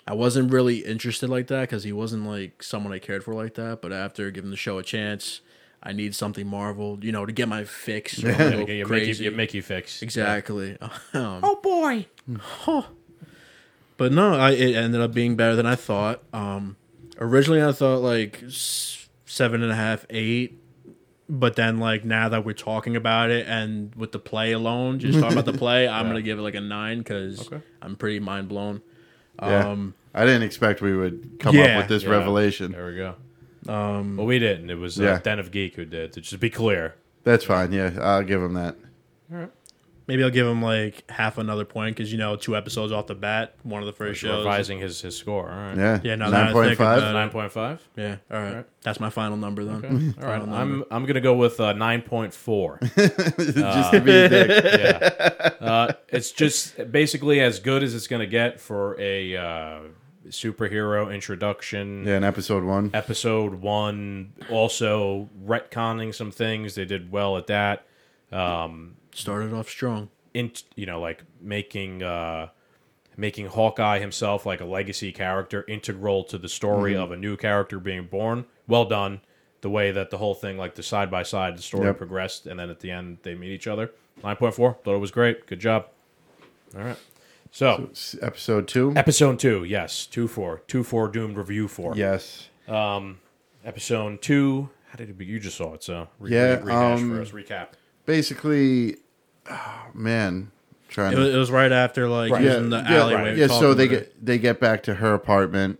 [SPEAKER 3] I wasn't really interested like that because he wasn't like someone I cared for like that. But after giving the show a chance, I need something Marvel, you know, to get my fix. or I'll
[SPEAKER 2] Yeah,
[SPEAKER 3] go
[SPEAKER 2] Make you, make,
[SPEAKER 3] crazy.
[SPEAKER 2] you, make you fix.
[SPEAKER 3] Exactly. oh boy. But no, I, it ended up being better than I thought. Um, originally, I thought like s- seven and a half, eight. But then, like now that we're talking about it, and with the play alone, just talking about the play, I'm gonna give it like a nine because
[SPEAKER 2] Okay.
[SPEAKER 3] I'm pretty mind blown.
[SPEAKER 1] Yeah.
[SPEAKER 3] Um,
[SPEAKER 1] I didn't expect we would come up
[SPEAKER 3] Yeah.
[SPEAKER 1] with this
[SPEAKER 2] Yeah.
[SPEAKER 1] revelation.
[SPEAKER 2] There we go. Um, well, we didn't. It was uh,
[SPEAKER 1] Yeah.
[SPEAKER 2] Den of Geek who did. To just be clear.
[SPEAKER 1] That's fine. Yeah, I'll give him that.
[SPEAKER 3] maybe I'll give him like half another point because you know two episodes off the bat, one of the first shows.
[SPEAKER 2] Revising his, his score. All right.
[SPEAKER 1] Yeah,
[SPEAKER 3] Yeah, no, now I
[SPEAKER 1] nine
[SPEAKER 3] think
[SPEAKER 1] point
[SPEAKER 3] about
[SPEAKER 1] five.
[SPEAKER 2] Nine point five.
[SPEAKER 3] Yeah, all right. That's my final number then.
[SPEAKER 2] All right. I'm I'm gonna go with uh, nine point four.
[SPEAKER 3] uh,
[SPEAKER 1] Just to be a dick.
[SPEAKER 2] yeah. Uh, it's just basically as good as it's gonna get for a uh, superhero introduction.
[SPEAKER 1] Yeah, in episode one.
[SPEAKER 2] episode one also retconning some things they did well at that
[SPEAKER 3] Started off strong.
[SPEAKER 2] in you know like making uh making hawkeye himself like a legacy character integral to the story
[SPEAKER 1] Mm-hmm.
[SPEAKER 2] of a new character being born well done the way that the whole thing like the side by side the story
[SPEAKER 1] Yep.
[SPEAKER 2] progressed and then at the end they meet each other 9.4 thought it was great good job all right so
[SPEAKER 1] S- Episode two.
[SPEAKER 2] episode two yes 2-4 2-4 doomed review 4
[SPEAKER 1] Yes.
[SPEAKER 2] episode two. How did it be? You just saw it, so re-
[SPEAKER 1] Yeah,
[SPEAKER 2] re- rehash
[SPEAKER 1] um,
[SPEAKER 2] for us. Recap.
[SPEAKER 1] Basically, oh, man, trying
[SPEAKER 3] It
[SPEAKER 1] to
[SPEAKER 3] was, it was right after like
[SPEAKER 2] Right.
[SPEAKER 3] using the alleyway.
[SPEAKER 2] right.
[SPEAKER 3] we
[SPEAKER 1] Yeah,
[SPEAKER 3] talked
[SPEAKER 1] so they
[SPEAKER 3] about
[SPEAKER 1] get
[SPEAKER 3] it.
[SPEAKER 1] they get back to her apartment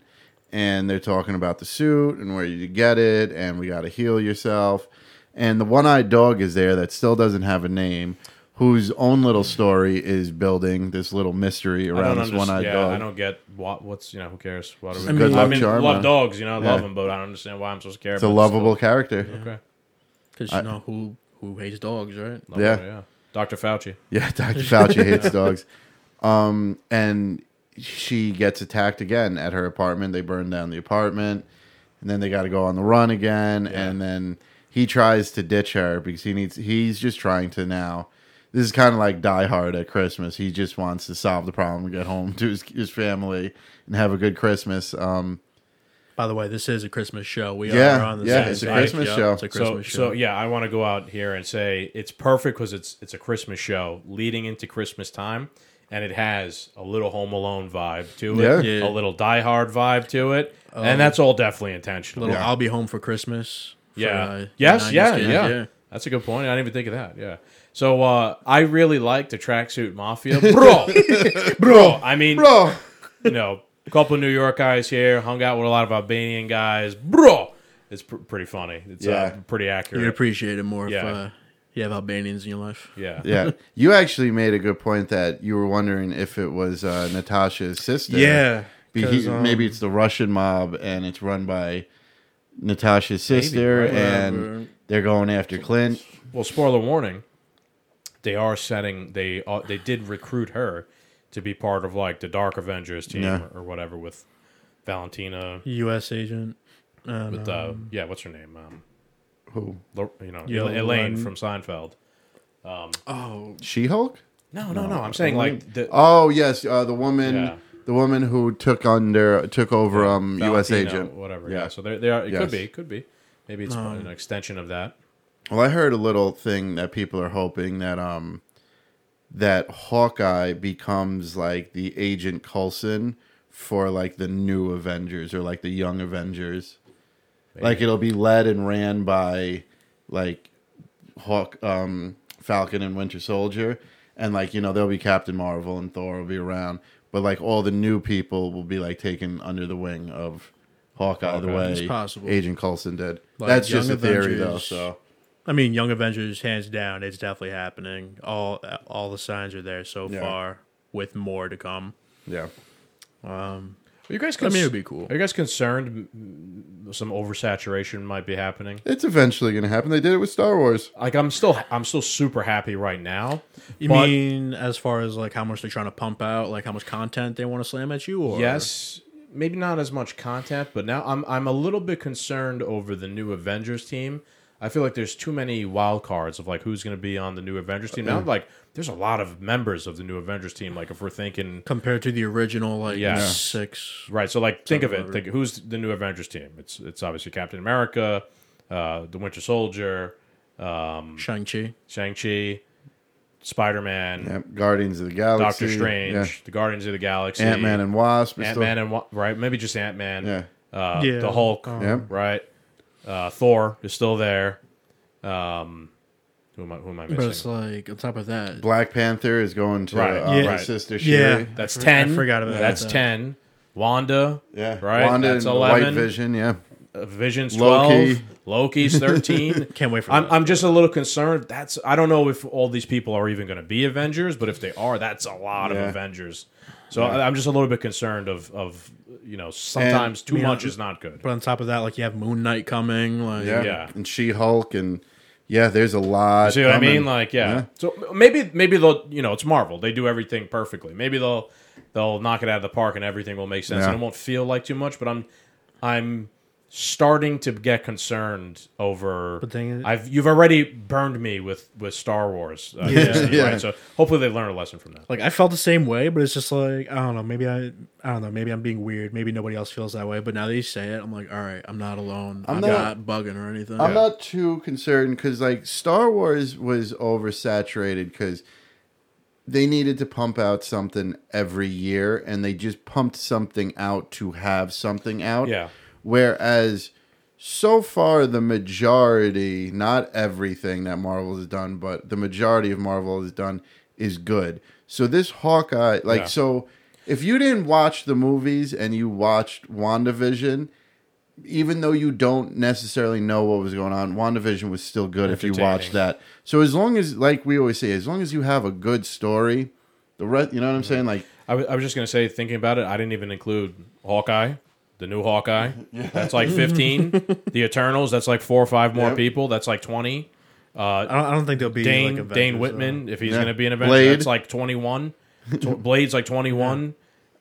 [SPEAKER 1] and they're talking about the suit and where you get it and we got to heal yourself. And the one-eyed dog is there that still doesn't have a name, whose own little story is building this little mystery
[SPEAKER 2] I
[SPEAKER 1] around
[SPEAKER 2] don't
[SPEAKER 1] this
[SPEAKER 2] understand.
[SPEAKER 1] one-eyed
[SPEAKER 2] Yeah,
[SPEAKER 1] dog.
[SPEAKER 2] I don't get what, what's you know who cares. What are we,
[SPEAKER 3] I mean- Good
[SPEAKER 2] I
[SPEAKER 1] luck
[SPEAKER 2] mean,
[SPEAKER 1] charm,
[SPEAKER 2] love
[SPEAKER 1] huh?
[SPEAKER 2] dogs. You know, I love
[SPEAKER 1] Yeah.
[SPEAKER 2] them, but I don't understand why I'm supposed to care.
[SPEAKER 1] it's a
[SPEAKER 2] about
[SPEAKER 1] lovable character.
[SPEAKER 2] This stuff. okay.
[SPEAKER 3] because you know who who hates dogs, right?
[SPEAKER 2] Love
[SPEAKER 1] Yeah.
[SPEAKER 2] it, yeah. Dr. Fauci.
[SPEAKER 1] Yeah, Dr. Fauci hates dogs. Um, and she gets attacked again at her apartment. They burn down the apartment, and then they got to go on the run again. And then he tries to ditch her because he needs. He's just trying to now. This is kind of like Die Hard at Christmas. He just wants to solve the problem and get home to his, his family and have a good Christmas. Um,
[SPEAKER 3] By the way, this is a Christmas show. We
[SPEAKER 1] Yeah,
[SPEAKER 3] are on the
[SPEAKER 1] yeah,
[SPEAKER 3] same
[SPEAKER 1] it's a
[SPEAKER 3] page.
[SPEAKER 1] Christmas show.
[SPEAKER 3] It's a
[SPEAKER 2] So,
[SPEAKER 3] Christmas show.
[SPEAKER 2] so yeah, I want to go out here and say it's perfect because it's it's a Christmas show leading into Christmas time, and it has a little Home Alone vibe to it,
[SPEAKER 1] Yeah. Um,
[SPEAKER 3] Yeah.
[SPEAKER 2] a little Die Hard vibe to it, and that's all definitely intentional.
[SPEAKER 3] little
[SPEAKER 1] Yeah.
[SPEAKER 3] I'll be home for Christmas. for,
[SPEAKER 2] Yeah.
[SPEAKER 3] uh,
[SPEAKER 2] yes.
[SPEAKER 3] nine
[SPEAKER 2] Yeah,
[SPEAKER 3] kids,
[SPEAKER 2] yeah. That's a good point. I didn't even think of that. Yeah. So uh, I really like the tracksuit mafia, bro. bro. I mean,
[SPEAKER 1] bro,
[SPEAKER 2] you know, a couple of New York guys here. Hung out with a lot of Albanian guys, bro. It's pr- pretty funny. It's
[SPEAKER 1] Yeah.
[SPEAKER 2] uh, pretty accurate.
[SPEAKER 3] You'd appreciate it more
[SPEAKER 2] Yeah.
[SPEAKER 3] if uh, you have Albanians in your life.
[SPEAKER 2] yeah.
[SPEAKER 1] yeah, you actually made a good point that you were wondering if it was uh, Natasha's sister. Be- he-
[SPEAKER 4] 'cause, um,
[SPEAKER 1] maybe it's the Russian mob and it's run by Natasha's sister
[SPEAKER 2] right?
[SPEAKER 1] and they're going after Clint.
[SPEAKER 2] Well, spoiler warning. they are setting they uh, they did recruit her to be part of like the Dark Avengers team
[SPEAKER 1] Yeah.
[SPEAKER 2] or, or whatever with Valentina
[SPEAKER 3] U.S. agent. And,
[SPEAKER 2] with uh,
[SPEAKER 3] um,
[SPEAKER 2] yeah what's her name um
[SPEAKER 1] Who?
[SPEAKER 2] Lo- you know
[SPEAKER 3] Yeah,
[SPEAKER 2] Elaine
[SPEAKER 3] Elaine.
[SPEAKER 2] from Seinfeld.
[SPEAKER 3] oh,
[SPEAKER 1] She Hulk?
[SPEAKER 2] No, no, no. I'm saying like the
[SPEAKER 1] Oh yes, uh, the woman,
[SPEAKER 2] Yeah.
[SPEAKER 1] the woman who took under took over um, U.S.
[SPEAKER 2] Valentino,
[SPEAKER 1] agent.
[SPEAKER 2] whatever.
[SPEAKER 1] Yeah.
[SPEAKER 2] Yeah. So there, they are. It
[SPEAKER 1] Yes.
[SPEAKER 2] could be. Could be. Maybe it's an extension of that.
[SPEAKER 1] Well, I heard a little thing that people are hoping that um that Hawkeye becomes like the Agent Coulson for like the new Avengers or like the young Avengers. Like it'll be led and ran by like Hawk um Falcon and Winter Soldier and like you know there'll be Captain Marvel and Thor will be around but like all the new people will be like taken under the wing of Hawkeye the
[SPEAKER 2] Hawkeye.
[SPEAKER 1] way
[SPEAKER 3] It's possible.
[SPEAKER 1] Agent Coulson did.
[SPEAKER 3] Like,
[SPEAKER 1] That's just a
[SPEAKER 3] Young
[SPEAKER 1] theory though
[SPEAKER 3] Avengers-
[SPEAKER 1] so
[SPEAKER 3] I mean, Young Avengers, hands down, it's definitely happening. All uh, all the signs are there so
[SPEAKER 1] Yeah.
[SPEAKER 3] far, with more to come.
[SPEAKER 1] yeah.
[SPEAKER 2] Are you guys?
[SPEAKER 3] I mean, it would be cool.
[SPEAKER 2] Are you guys concerned mm, some oversaturation might be happening?
[SPEAKER 1] It's eventually going to happen. They did it with Star Wars.
[SPEAKER 2] Like I'm still, I'm still super happy right now.
[SPEAKER 3] You
[SPEAKER 2] but
[SPEAKER 3] mean as far as like how much they're trying to pump out, like how much content they want to slam at you? Or
[SPEAKER 2] yes, maybe not as much content, but now I'm, I'm a little bit concerned over the new Avengers team. I feel like there's too many wild cards of like who's going to be on the new Avengers team.
[SPEAKER 3] Mm.
[SPEAKER 2] Now, like, there's a lot of members of the new Avengers team. Like, if we're thinking
[SPEAKER 3] compared to the original, like
[SPEAKER 2] Yeah.
[SPEAKER 3] six.
[SPEAKER 2] Right. So like, think of it.
[SPEAKER 3] whatever.
[SPEAKER 2] Think who's the new Avengers team? It's it's obviously Captain America, uh, the Winter Soldier,
[SPEAKER 1] Mm.
[SPEAKER 2] um,
[SPEAKER 3] Shang Chi.
[SPEAKER 2] Shang Chi, Spider Man,
[SPEAKER 1] Yep. Guardians of the Galaxy.
[SPEAKER 2] Doctor Strange, the Guardians of the Galaxy,
[SPEAKER 1] Ant Man and Wasp.
[SPEAKER 2] Ant Man and Wa- right, maybe just Ant Man.
[SPEAKER 1] Yeah.
[SPEAKER 2] Uh,
[SPEAKER 4] Yeah. um,
[SPEAKER 2] The Hulk.
[SPEAKER 1] Yeah.
[SPEAKER 2] Right. Uh, Thor is still there. Um, who am I? Who am I
[SPEAKER 3] But it's
[SPEAKER 2] missing?
[SPEAKER 3] like on top of that,
[SPEAKER 1] Black Panther is going to
[SPEAKER 2] Right.
[SPEAKER 1] uh,
[SPEAKER 4] Yeah.
[SPEAKER 1] her
[SPEAKER 4] Right.
[SPEAKER 1] sister
[SPEAKER 4] Yeah.
[SPEAKER 1] Shuri.
[SPEAKER 2] That's
[SPEAKER 4] I for- I
[SPEAKER 2] ten.
[SPEAKER 4] forgot about
[SPEAKER 2] That's
[SPEAKER 4] that.
[SPEAKER 2] ten. Wanda.
[SPEAKER 1] Yeah.
[SPEAKER 2] Right.
[SPEAKER 1] Wanda
[SPEAKER 2] That's
[SPEAKER 1] and White
[SPEAKER 2] eleven.
[SPEAKER 1] Vision. Yeah.
[SPEAKER 2] Uh, Vision's twelve.
[SPEAKER 1] Loki.
[SPEAKER 2] Loki's thirteen.
[SPEAKER 3] can't wait for.
[SPEAKER 2] I'm,
[SPEAKER 3] that.
[SPEAKER 2] I'm just a little concerned. That's I don't know if all these people are even going to be Avengers, but if they are, that's a lot
[SPEAKER 1] Yeah.
[SPEAKER 2] of Avengers. So I, I'm just a little bit concerned of of you know sometimes too
[SPEAKER 3] mean,
[SPEAKER 2] much
[SPEAKER 3] I-
[SPEAKER 2] is not good.
[SPEAKER 3] But on top of that, like you have Moon Knight coming. Like
[SPEAKER 1] Yeah.
[SPEAKER 2] Yeah.
[SPEAKER 1] And She Hulk and yeah, there's a lot.
[SPEAKER 2] See what I mean?
[SPEAKER 1] coming.
[SPEAKER 2] Like yeah. So m- maybe maybe they'll you know it's Marvel. They do everything perfectly. Maybe they'll they'll knock it out of the park and everything will make sense
[SPEAKER 1] Yeah.
[SPEAKER 2] and it won't feel like too much. But I'm I'm starting to get concerned over.
[SPEAKER 4] But thing is-
[SPEAKER 2] I've you've already burned me with with Star Wars. Uh,
[SPEAKER 3] Yeah.
[SPEAKER 2] recently,
[SPEAKER 1] Yeah.
[SPEAKER 2] Right? So hopefully they learn a lesson from that.
[SPEAKER 3] like I felt the same way, but it's just like I don't know. Maybe I, I don't know. Maybe I'm being weird. Maybe nobody else feels that way. But now that you say it, I'm like, all right, I'm not alone. I'm,
[SPEAKER 1] not-
[SPEAKER 3] not, bugging or anything.
[SPEAKER 1] I'm not too concerned because like Star Wars was oversaturated because they needed to pump out something every year, and they just pumped something out to have something out.
[SPEAKER 2] Yeah.
[SPEAKER 1] Whereas so far, the majority, not everything that Marvel has done, but the majority of Marvel has done is good. So this Hawkeye, like,
[SPEAKER 2] Yeah.
[SPEAKER 1] so if you didn't watch the movies and you watched WandaVision, even though you don't necessarily know what was going on, WandaVision was still good if you watched
[SPEAKER 2] Entertaining.
[SPEAKER 1] that. So as long as, like we always say, as long as you have a good story, the rest, you know what
[SPEAKER 2] Mm-hmm.
[SPEAKER 1] I'm saying? Like,
[SPEAKER 2] I was, I was just gonna say, thinking about it, I didn't even include Hawkeye, the new Hawkeye. That's like fifteen. the Eternals. That's like four or five more
[SPEAKER 1] Yep.
[SPEAKER 2] people. That's like twenty.
[SPEAKER 4] I don't, I don't think there'll be
[SPEAKER 2] Dane
[SPEAKER 4] like
[SPEAKER 2] Dane
[SPEAKER 4] Avengers, uh,
[SPEAKER 2] Whitman, if he's
[SPEAKER 1] Yeah.
[SPEAKER 2] gonna be an Avenger,
[SPEAKER 1] Blade.
[SPEAKER 2] that's like twenty one. Blade's like twenty one.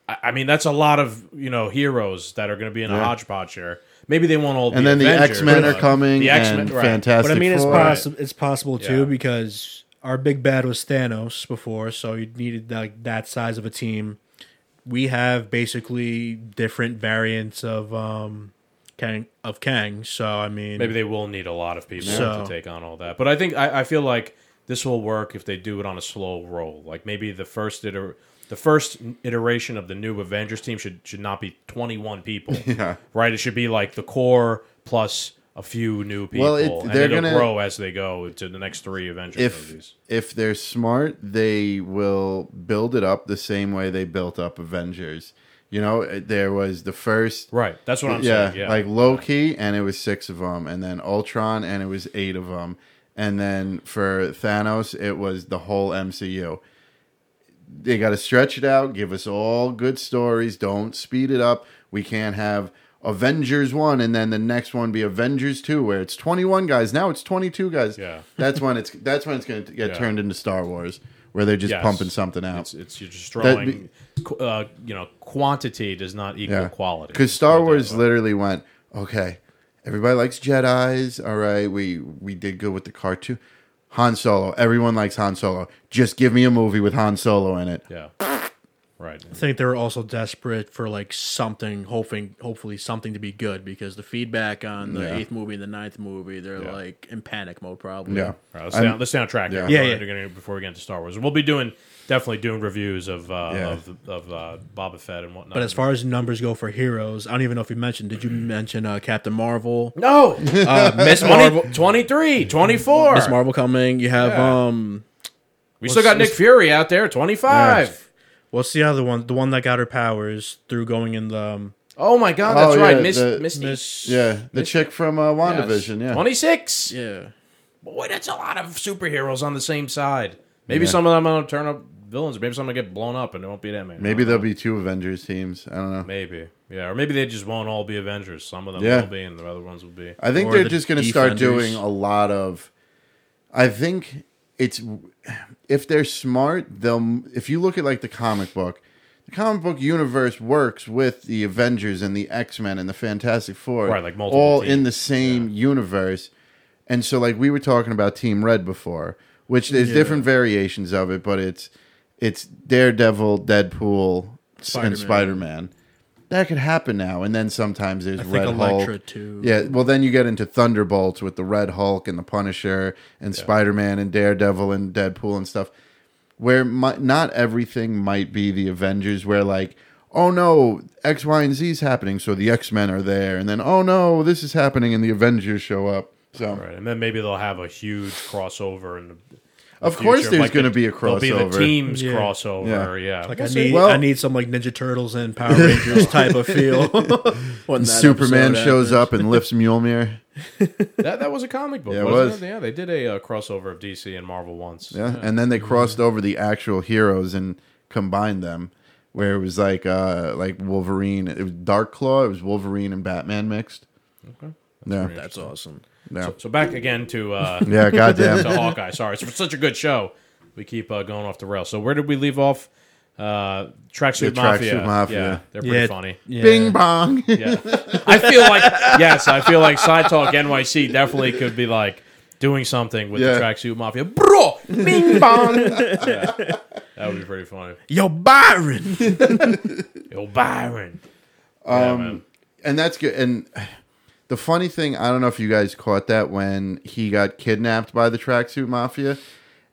[SPEAKER 2] I, I mean, that's a lot of you know heroes that are gonna be in a hodgepodge here. Maybe they won't all.
[SPEAKER 1] and
[SPEAKER 2] be
[SPEAKER 1] then the
[SPEAKER 2] Avengers,
[SPEAKER 1] X Men are
[SPEAKER 2] but
[SPEAKER 1] coming,
[SPEAKER 2] The X-Men-
[SPEAKER 1] and
[SPEAKER 2] right.
[SPEAKER 1] Fantastic
[SPEAKER 4] But I mean, it's
[SPEAKER 1] Four.
[SPEAKER 4] possible. It's possible too
[SPEAKER 2] Yeah.
[SPEAKER 4] because our big bad was Thanos before, so you needed like that size of a team.
[SPEAKER 3] we have basically different variants of um, Kang of Kang. So I mean,
[SPEAKER 2] Maybe they will need a lot of people
[SPEAKER 3] So-
[SPEAKER 2] to take on all that. But I think I, I feel like this will work if they do it on a slow roll. Like maybe the first iter- the first iteration of the new Avengers team should should not be twenty one people.
[SPEAKER 1] Yeah.
[SPEAKER 2] Right? It should be like the core plus a few new people.
[SPEAKER 1] Well, it-
[SPEAKER 2] and
[SPEAKER 1] they're
[SPEAKER 2] they're going to
[SPEAKER 1] gonna-
[SPEAKER 2] grow as they go to the next three Avengers
[SPEAKER 1] if
[SPEAKER 2] movies.
[SPEAKER 1] if they're smart, they will build it up the same way they built up Avengers. You know, there was the first,
[SPEAKER 2] Right. That's what I'm
[SPEAKER 1] yeah,
[SPEAKER 2] saying. Yeah.
[SPEAKER 1] like Loki, and it was six of them, and then Ultron, and it was eight of them, and then for Thanos, it was the whole MCU. They got to stretch it out, give us all good stories. Don't speed it up. We can't have. Avengers one, and then the next one be Avengers two, where it's twenty one guys. Now it's twenty two guys.
[SPEAKER 2] Yeah.
[SPEAKER 1] that's when it's that's when it's going to get
[SPEAKER 2] Yeah.
[SPEAKER 1] turned into Star Wars, where they're just
[SPEAKER 2] Yes.
[SPEAKER 1] pumping something out.
[SPEAKER 2] It's, it's you're just
[SPEAKER 1] That'd
[SPEAKER 2] throwing, qu- uh, you know, quantity does not equal
[SPEAKER 1] Yeah.
[SPEAKER 2] quality.
[SPEAKER 1] Because Star
[SPEAKER 2] Put it that
[SPEAKER 1] Wars
[SPEAKER 2] way.
[SPEAKER 1] literally went, okay, everybody likes Jedi's. All right, we we did good with the cartoon. Han Solo, everyone likes Han Solo. Just give me a movie with Han Solo in it.
[SPEAKER 2] yeah, right.
[SPEAKER 4] I think they were also desperate for like something, hoping, hopefully something to be good because the feedback on the
[SPEAKER 1] Yeah.
[SPEAKER 4] eighth movie and the ninth movie, they're
[SPEAKER 2] Yeah.
[SPEAKER 4] like in panic mode probably.
[SPEAKER 1] Yeah,
[SPEAKER 2] All right, let's,
[SPEAKER 1] I'm-
[SPEAKER 2] down, let's down track.
[SPEAKER 1] Yeah.
[SPEAKER 2] here
[SPEAKER 1] Yeah,
[SPEAKER 2] before-
[SPEAKER 4] yeah.
[SPEAKER 2] we're gonna- Before we get into Star Wars, we'll be doing definitely doing reviews of uh,
[SPEAKER 1] Yeah.
[SPEAKER 2] of, of uh, Boba Fett and whatnot.
[SPEAKER 4] But as far as numbers go for heroes, I don't even know if you mentioned. Did you
[SPEAKER 1] Mm-hmm.
[SPEAKER 4] mention uh, Captain Marvel?
[SPEAKER 2] no,
[SPEAKER 4] Uh, Miss Marvel.
[SPEAKER 2] 20, 23, 24.
[SPEAKER 4] Miss Marvel coming. You have
[SPEAKER 2] Yeah.
[SPEAKER 4] um.
[SPEAKER 2] we still got Nick Fury out there, twenty five.
[SPEAKER 3] What's the other one? The one that got her powers through going in the um,
[SPEAKER 2] Oh my God,
[SPEAKER 1] Oh,
[SPEAKER 2] that's
[SPEAKER 1] yeah,
[SPEAKER 2] right, Miss
[SPEAKER 1] the-
[SPEAKER 2] Misty.
[SPEAKER 3] Miss.
[SPEAKER 1] yeah. The chick from uh, WandaVision. Yeah,
[SPEAKER 2] twenty six.
[SPEAKER 4] Yeah.
[SPEAKER 2] Boy, that's a lot of superheroes on the same side. Maybe some of them are gonna turn up villains, or maybe some are gonna get blown up, and it won't be that many.
[SPEAKER 1] maybe
[SPEAKER 2] I don't
[SPEAKER 1] there'll be two Avengers teams. I don't know.
[SPEAKER 2] know. maybe yeah, or maybe they just won't all be Avengers. Some of them
[SPEAKER 1] Yeah.
[SPEAKER 2] will be, and the other ones will be.
[SPEAKER 1] I think
[SPEAKER 4] Or
[SPEAKER 1] they're
[SPEAKER 4] the
[SPEAKER 1] just going to start
[SPEAKER 4] defenders.
[SPEAKER 1] doing a lot of. I think it's if they're smart, they'll. If you look at like the comic book, the comic book universe works with the Avengers and the X Men and the Fantastic Four,
[SPEAKER 2] Right, like multiple
[SPEAKER 1] all in
[SPEAKER 2] teams.
[SPEAKER 1] the same universe. And so, like we were talking about Team Red before, which there's different variations of it, but it's it's Daredevil, Deadpool, s- and
[SPEAKER 4] Spider-Man.
[SPEAKER 1] Spider Man. That could happen now, and then sometimes there's
[SPEAKER 4] I think
[SPEAKER 1] Red
[SPEAKER 4] Elektra
[SPEAKER 1] Hulk.
[SPEAKER 4] too.
[SPEAKER 1] Yeah, well, then you get into Thunderbolts with the Red Hulk and the Punisher and Spider Man and Daredevil and Deadpool and stuff, where mi- not everything might be the Avengers, where like, oh no, X, Y, and Z is happening, so the X Men are there, and then oh no, this is happening, and the Avengers show up. So
[SPEAKER 2] Right, and then maybe they'll have a huge crossover. In the, the
[SPEAKER 1] Of course
[SPEAKER 2] future.
[SPEAKER 1] there's
[SPEAKER 2] Like the-
[SPEAKER 1] gonna be a
[SPEAKER 2] there'll
[SPEAKER 1] crossover.
[SPEAKER 2] the teams
[SPEAKER 3] Yeah.
[SPEAKER 2] crossover. Yeah,
[SPEAKER 3] like
[SPEAKER 2] We'll
[SPEAKER 3] I
[SPEAKER 2] see.
[SPEAKER 3] need
[SPEAKER 1] Well-
[SPEAKER 3] I need some like Ninja Turtles and Power Rangers type of feel.
[SPEAKER 4] When that
[SPEAKER 1] Superman
[SPEAKER 4] episode
[SPEAKER 1] shows
[SPEAKER 4] happens.
[SPEAKER 1] up and lifts Mjolnir.
[SPEAKER 2] that that was a comic book.
[SPEAKER 1] Yeah, it
[SPEAKER 2] wasn't
[SPEAKER 1] was.
[SPEAKER 2] It? Yeah, they did a uh, crossover of DC and Marvel once.
[SPEAKER 1] Yeah. And then they crossed over the actual heroes and combined them. Where it was like uh like Wolverine, it was Dark Claw, it was Wolverine and Batman mixed. Okay. Yeah.
[SPEAKER 4] That's awesome.
[SPEAKER 1] Yeah.
[SPEAKER 2] So, so back again to uh,
[SPEAKER 1] Yeah,
[SPEAKER 2] to
[SPEAKER 1] goddamn.
[SPEAKER 2] Hawkeye. Sorry, it's such a good show. We keep uh, going off the rails. So where did we leave off? Uh,
[SPEAKER 1] The
[SPEAKER 2] Tracksuit
[SPEAKER 1] Tracksuit
[SPEAKER 2] Mafia.
[SPEAKER 1] Mafia.
[SPEAKER 2] Yeah, they're pretty
[SPEAKER 3] Yeah.
[SPEAKER 2] funny.
[SPEAKER 3] Yeah.
[SPEAKER 1] Bing bong.
[SPEAKER 2] Yeah, I feel like yes, I feel like Side Talk NYC definitely could be like doing something with
[SPEAKER 1] Yeah.
[SPEAKER 2] the Tracksuit Mafia, bro. Bing bong. Yeah, that would be pretty funny.
[SPEAKER 4] Yo, Byron.
[SPEAKER 2] Yo, Byron. yeah, man.
[SPEAKER 1] and that's good. And the funny thing, I don't know if you guys caught that when he got kidnapped by the tracksuit mafia,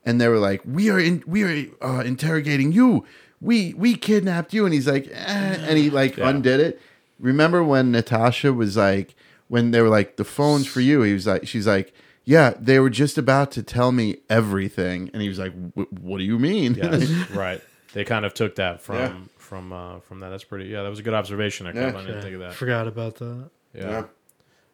[SPEAKER 1] and they were like, "We are in, we are uh, interrogating you. We we kidnapped you." And he's like, eh, and he like undid it. Remember when Natasha was like, when they were like, "The phone's for you." He was like, she's like. Yeah, they were just about to tell me everything, and he was like, "Wh- "What do you mean?"
[SPEAKER 2] Yes, right. They kind of took that from
[SPEAKER 1] Yeah.
[SPEAKER 2] from uh, from that. That's pretty. Yeah, that was a good observation. I,
[SPEAKER 1] Yeah.
[SPEAKER 2] I didn't think of that.
[SPEAKER 3] Forgot about that.
[SPEAKER 2] Yeah.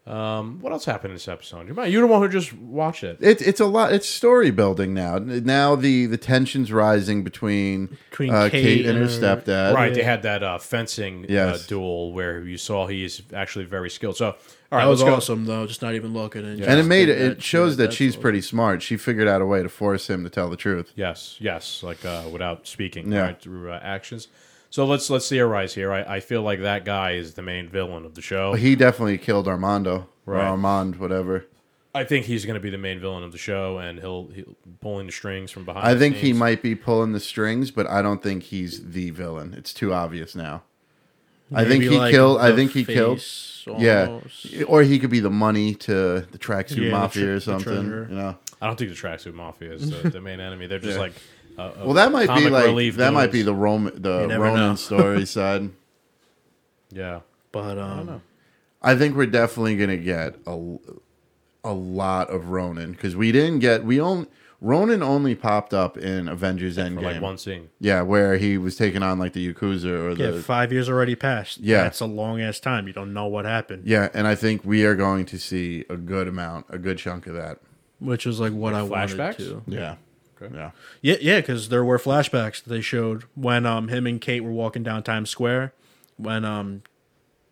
[SPEAKER 2] Um, what else happened in this episode? You're, you're the one who just watched it.
[SPEAKER 1] It, it's a lot. It's story building now. Now the the tensions rising between,
[SPEAKER 3] Between
[SPEAKER 1] uh, Kate,
[SPEAKER 3] Kate
[SPEAKER 1] and her
[SPEAKER 3] and her-
[SPEAKER 1] stepdad.
[SPEAKER 2] Right, they had that uh, fencing
[SPEAKER 1] Yes.
[SPEAKER 2] uh, duel where you saw he is actually very skilled. So, all right,
[SPEAKER 4] That was
[SPEAKER 2] let's go.
[SPEAKER 4] awesome though. Just not even looking. And,
[SPEAKER 1] And it
[SPEAKER 4] just
[SPEAKER 1] made it.
[SPEAKER 4] did
[SPEAKER 1] It
[SPEAKER 4] that
[SPEAKER 1] shows
[SPEAKER 4] shit.
[SPEAKER 1] that
[SPEAKER 4] That's
[SPEAKER 1] she's
[SPEAKER 4] awesome.
[SPEAKER 1] pretty smart. She figured out a way to force him to tell the truth.
[SPEAKER 2] Yes, yes, like uh, without speaking,
[SPEAKER 1] Yeah.
[SPEAKER 2] right, through uh, actions. So let's let's theorize here. I, I feel like that guy is the main villain of the show.
[SPEAKER 1] He definitely killed Armando or
[SPEAKER 2] Right.
[SPEAKER 1] Armand, whatever.
[SPEAKER 2] I think he's going to be the main villain of the show, and he'll, he'll pulling the strings from behind.
[SPEAKER 1] I
[SPEAKER 2] the
[SPEAKER 1] think he
[SPEAKER 2] scenes.
[SPEAKER 1] might be pulling the strings, but I don't think he's the villain. It's too obvious now. I think
[SPEAKER 4] Maybe,
[SPEAKER 1] he
[SPEAKER 4] like,
[SPEAKER 1] killed. I
[SPEAKER 4] the
[SPEAKER 1] think he killed.
[SPEAKER 4] face
[SPEAKER 1] Yeah,
[SPEAKER 4] almost.
[SPEAKER 1] or he could be the money to the tracksuit
[SPEAKER 3] Yeah, the
[SPEAKER 1] mafia
[SPEAKER 3] tr-
[SPEAKER 1] or
[SPEAKER 3] the
[SPEAKER 1] something.
[SPEAKER 3] treasurer.
[SPEAKER 1] You know.
[SPEAKER 2] I don't think the tracksuit mafia is the, the main enemy. They're just
[SPEAKER 1] Yeah.
[SPEAKER 2] like. Uh,
[SPEAKER 1] Well, that might be
[SPEAKER 2] comic
[SPEAKER 1] like
[SPEAKER 2] relief
[SPEAKER 1] that might be
[SPEAKER 2] villains.
[SPEAKER 1] the Roman the
[SPEAKER 4] never
[SPEAKER 1] Roman
[SPEAKER 4] know.
[SPEAKER 1] story side.
[SPEAKER 2] yeah.
[SPEAKER 4] But um,
[SPEAKER 1] I think we're definitely gonna get a a lot of Ronan because we didn't get we only Ronan only popped up in Avengers
[SPEAKER 2] For
[SPEAKER 1] Endgame.
[SPEAKER 2] like one scene.
[SPEAKER 1] Yeah, where he was taking on like the Yakuza or the
[SPEAKER 3] Yeah, five years already passed.
[SPEAKER 1] Yeah.
[SPEAKER 3] that's a long ass time. You don't know what happened.
[SPEAKER 1] yeah, and I think we are going to see a good amount, a good chunk of that.
[SPEAKER 4] which was like what I
[SPEAKER 2] flashbacks?
[SPEAKER 4] wanted to.
[SPEAKER 1] Yeah,
[SPEAKER 2] Okay.
[SPEAKER 1] yeah,
[SPEAKER 3] Yeah, yeah, because there were flashbacks that they showed when um him and Kate were walking down Times Square, when um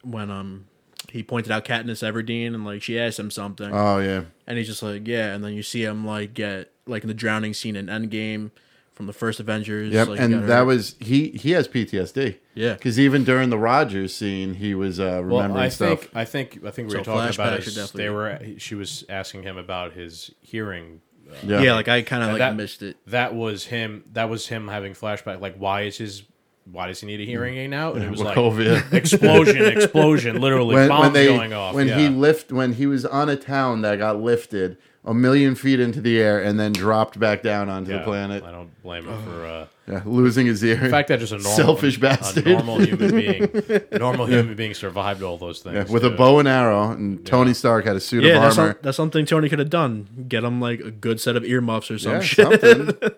[SPEAKER 3] when um he pointed out Katniss Everdeen and like she asked him something,
[SPEAKER 1] Oh yeah.
[SPEAKER 3] and he's just like, yeah. And then you see him like get like in the drowning scene in Endgame from the first Avengers.
[SPEAKER 1] Yep,
[SPEAKER 3] like, he got
[SPEAKER 1] and that
[SPEAKER 3] hurt.
[SPEAKER 1] was he. He has PTSD.
[SPEAKER 3] Yeah.
[SPEAKER 1] because even during the Rogers scene, he was uh, remembering
[SPEAKER 2] well, I
[SPEAKER 1] stuff.
[SPEAKER 2] think I think I think we
[SPEAKER 3] So
[SPEAKER 2] were talking about
[SPEAKER 3] flashbacks
[SPEAKER 2] his,
[SPEAKER 3] are definitely-
[SPEAKER 2] they were she was asking him about his hearing. uh,
[SPEAKER 1] yeah,
[SPEAKER 3] yeah. Like I kind of like
[SPEAKER 2] that-
[SPEAKER 3] missed it.
[SPEAKER 2] That was him. That was him having flashback. Like, why is his? Why does he need a hearing aid now? And it was like
[SPEAKER 1] Wachovia.
[SPEAKER 2] explosion, explosion, literally
[SPEAKER 1] when,
[SPEAKER 2] bombs
[SPEAKER 1] when they
[SPEAKER 2] going off.
[SPEAKER 1] when
[SPEAKER 2] yeah.
[SPEAKER 1] he lift when he was on a town that got lifted a million feet into the air and then dropped back down onto
[SPEAKER 2] Yeah,
[SPEAKER 1] the planet,
[SPEAKER 2] I don't blame him for. Uh,
[SPEAKER 1] Yeah, losing his ear.
[SPEAKER 2] in fact, that just a normal,
[SPEAKER 1] Selfish
[SPEAKER 2] a
[SPEAKER 1] bastard.
[SPEAKER 2] normal human being, normal human being survived all those things
[SPEAKER 1] Yeah, with a
[SPEAKER 2] too.
[SPEAKER 1] bow and arrow, and Tony Stark had a suit
[SPEAKER 3] Yeah,
[SPEAKER 1] of
[SPEAKER 3] that's,
[SPEAKER 1] armor.
[SPEAKER 3] some- that's something Tony could have done. Get him like a good set of earmuffs or some
[SPEAKER 1] yeah,
[SPEAKER 3] shit.
[SPEAKER 1] something.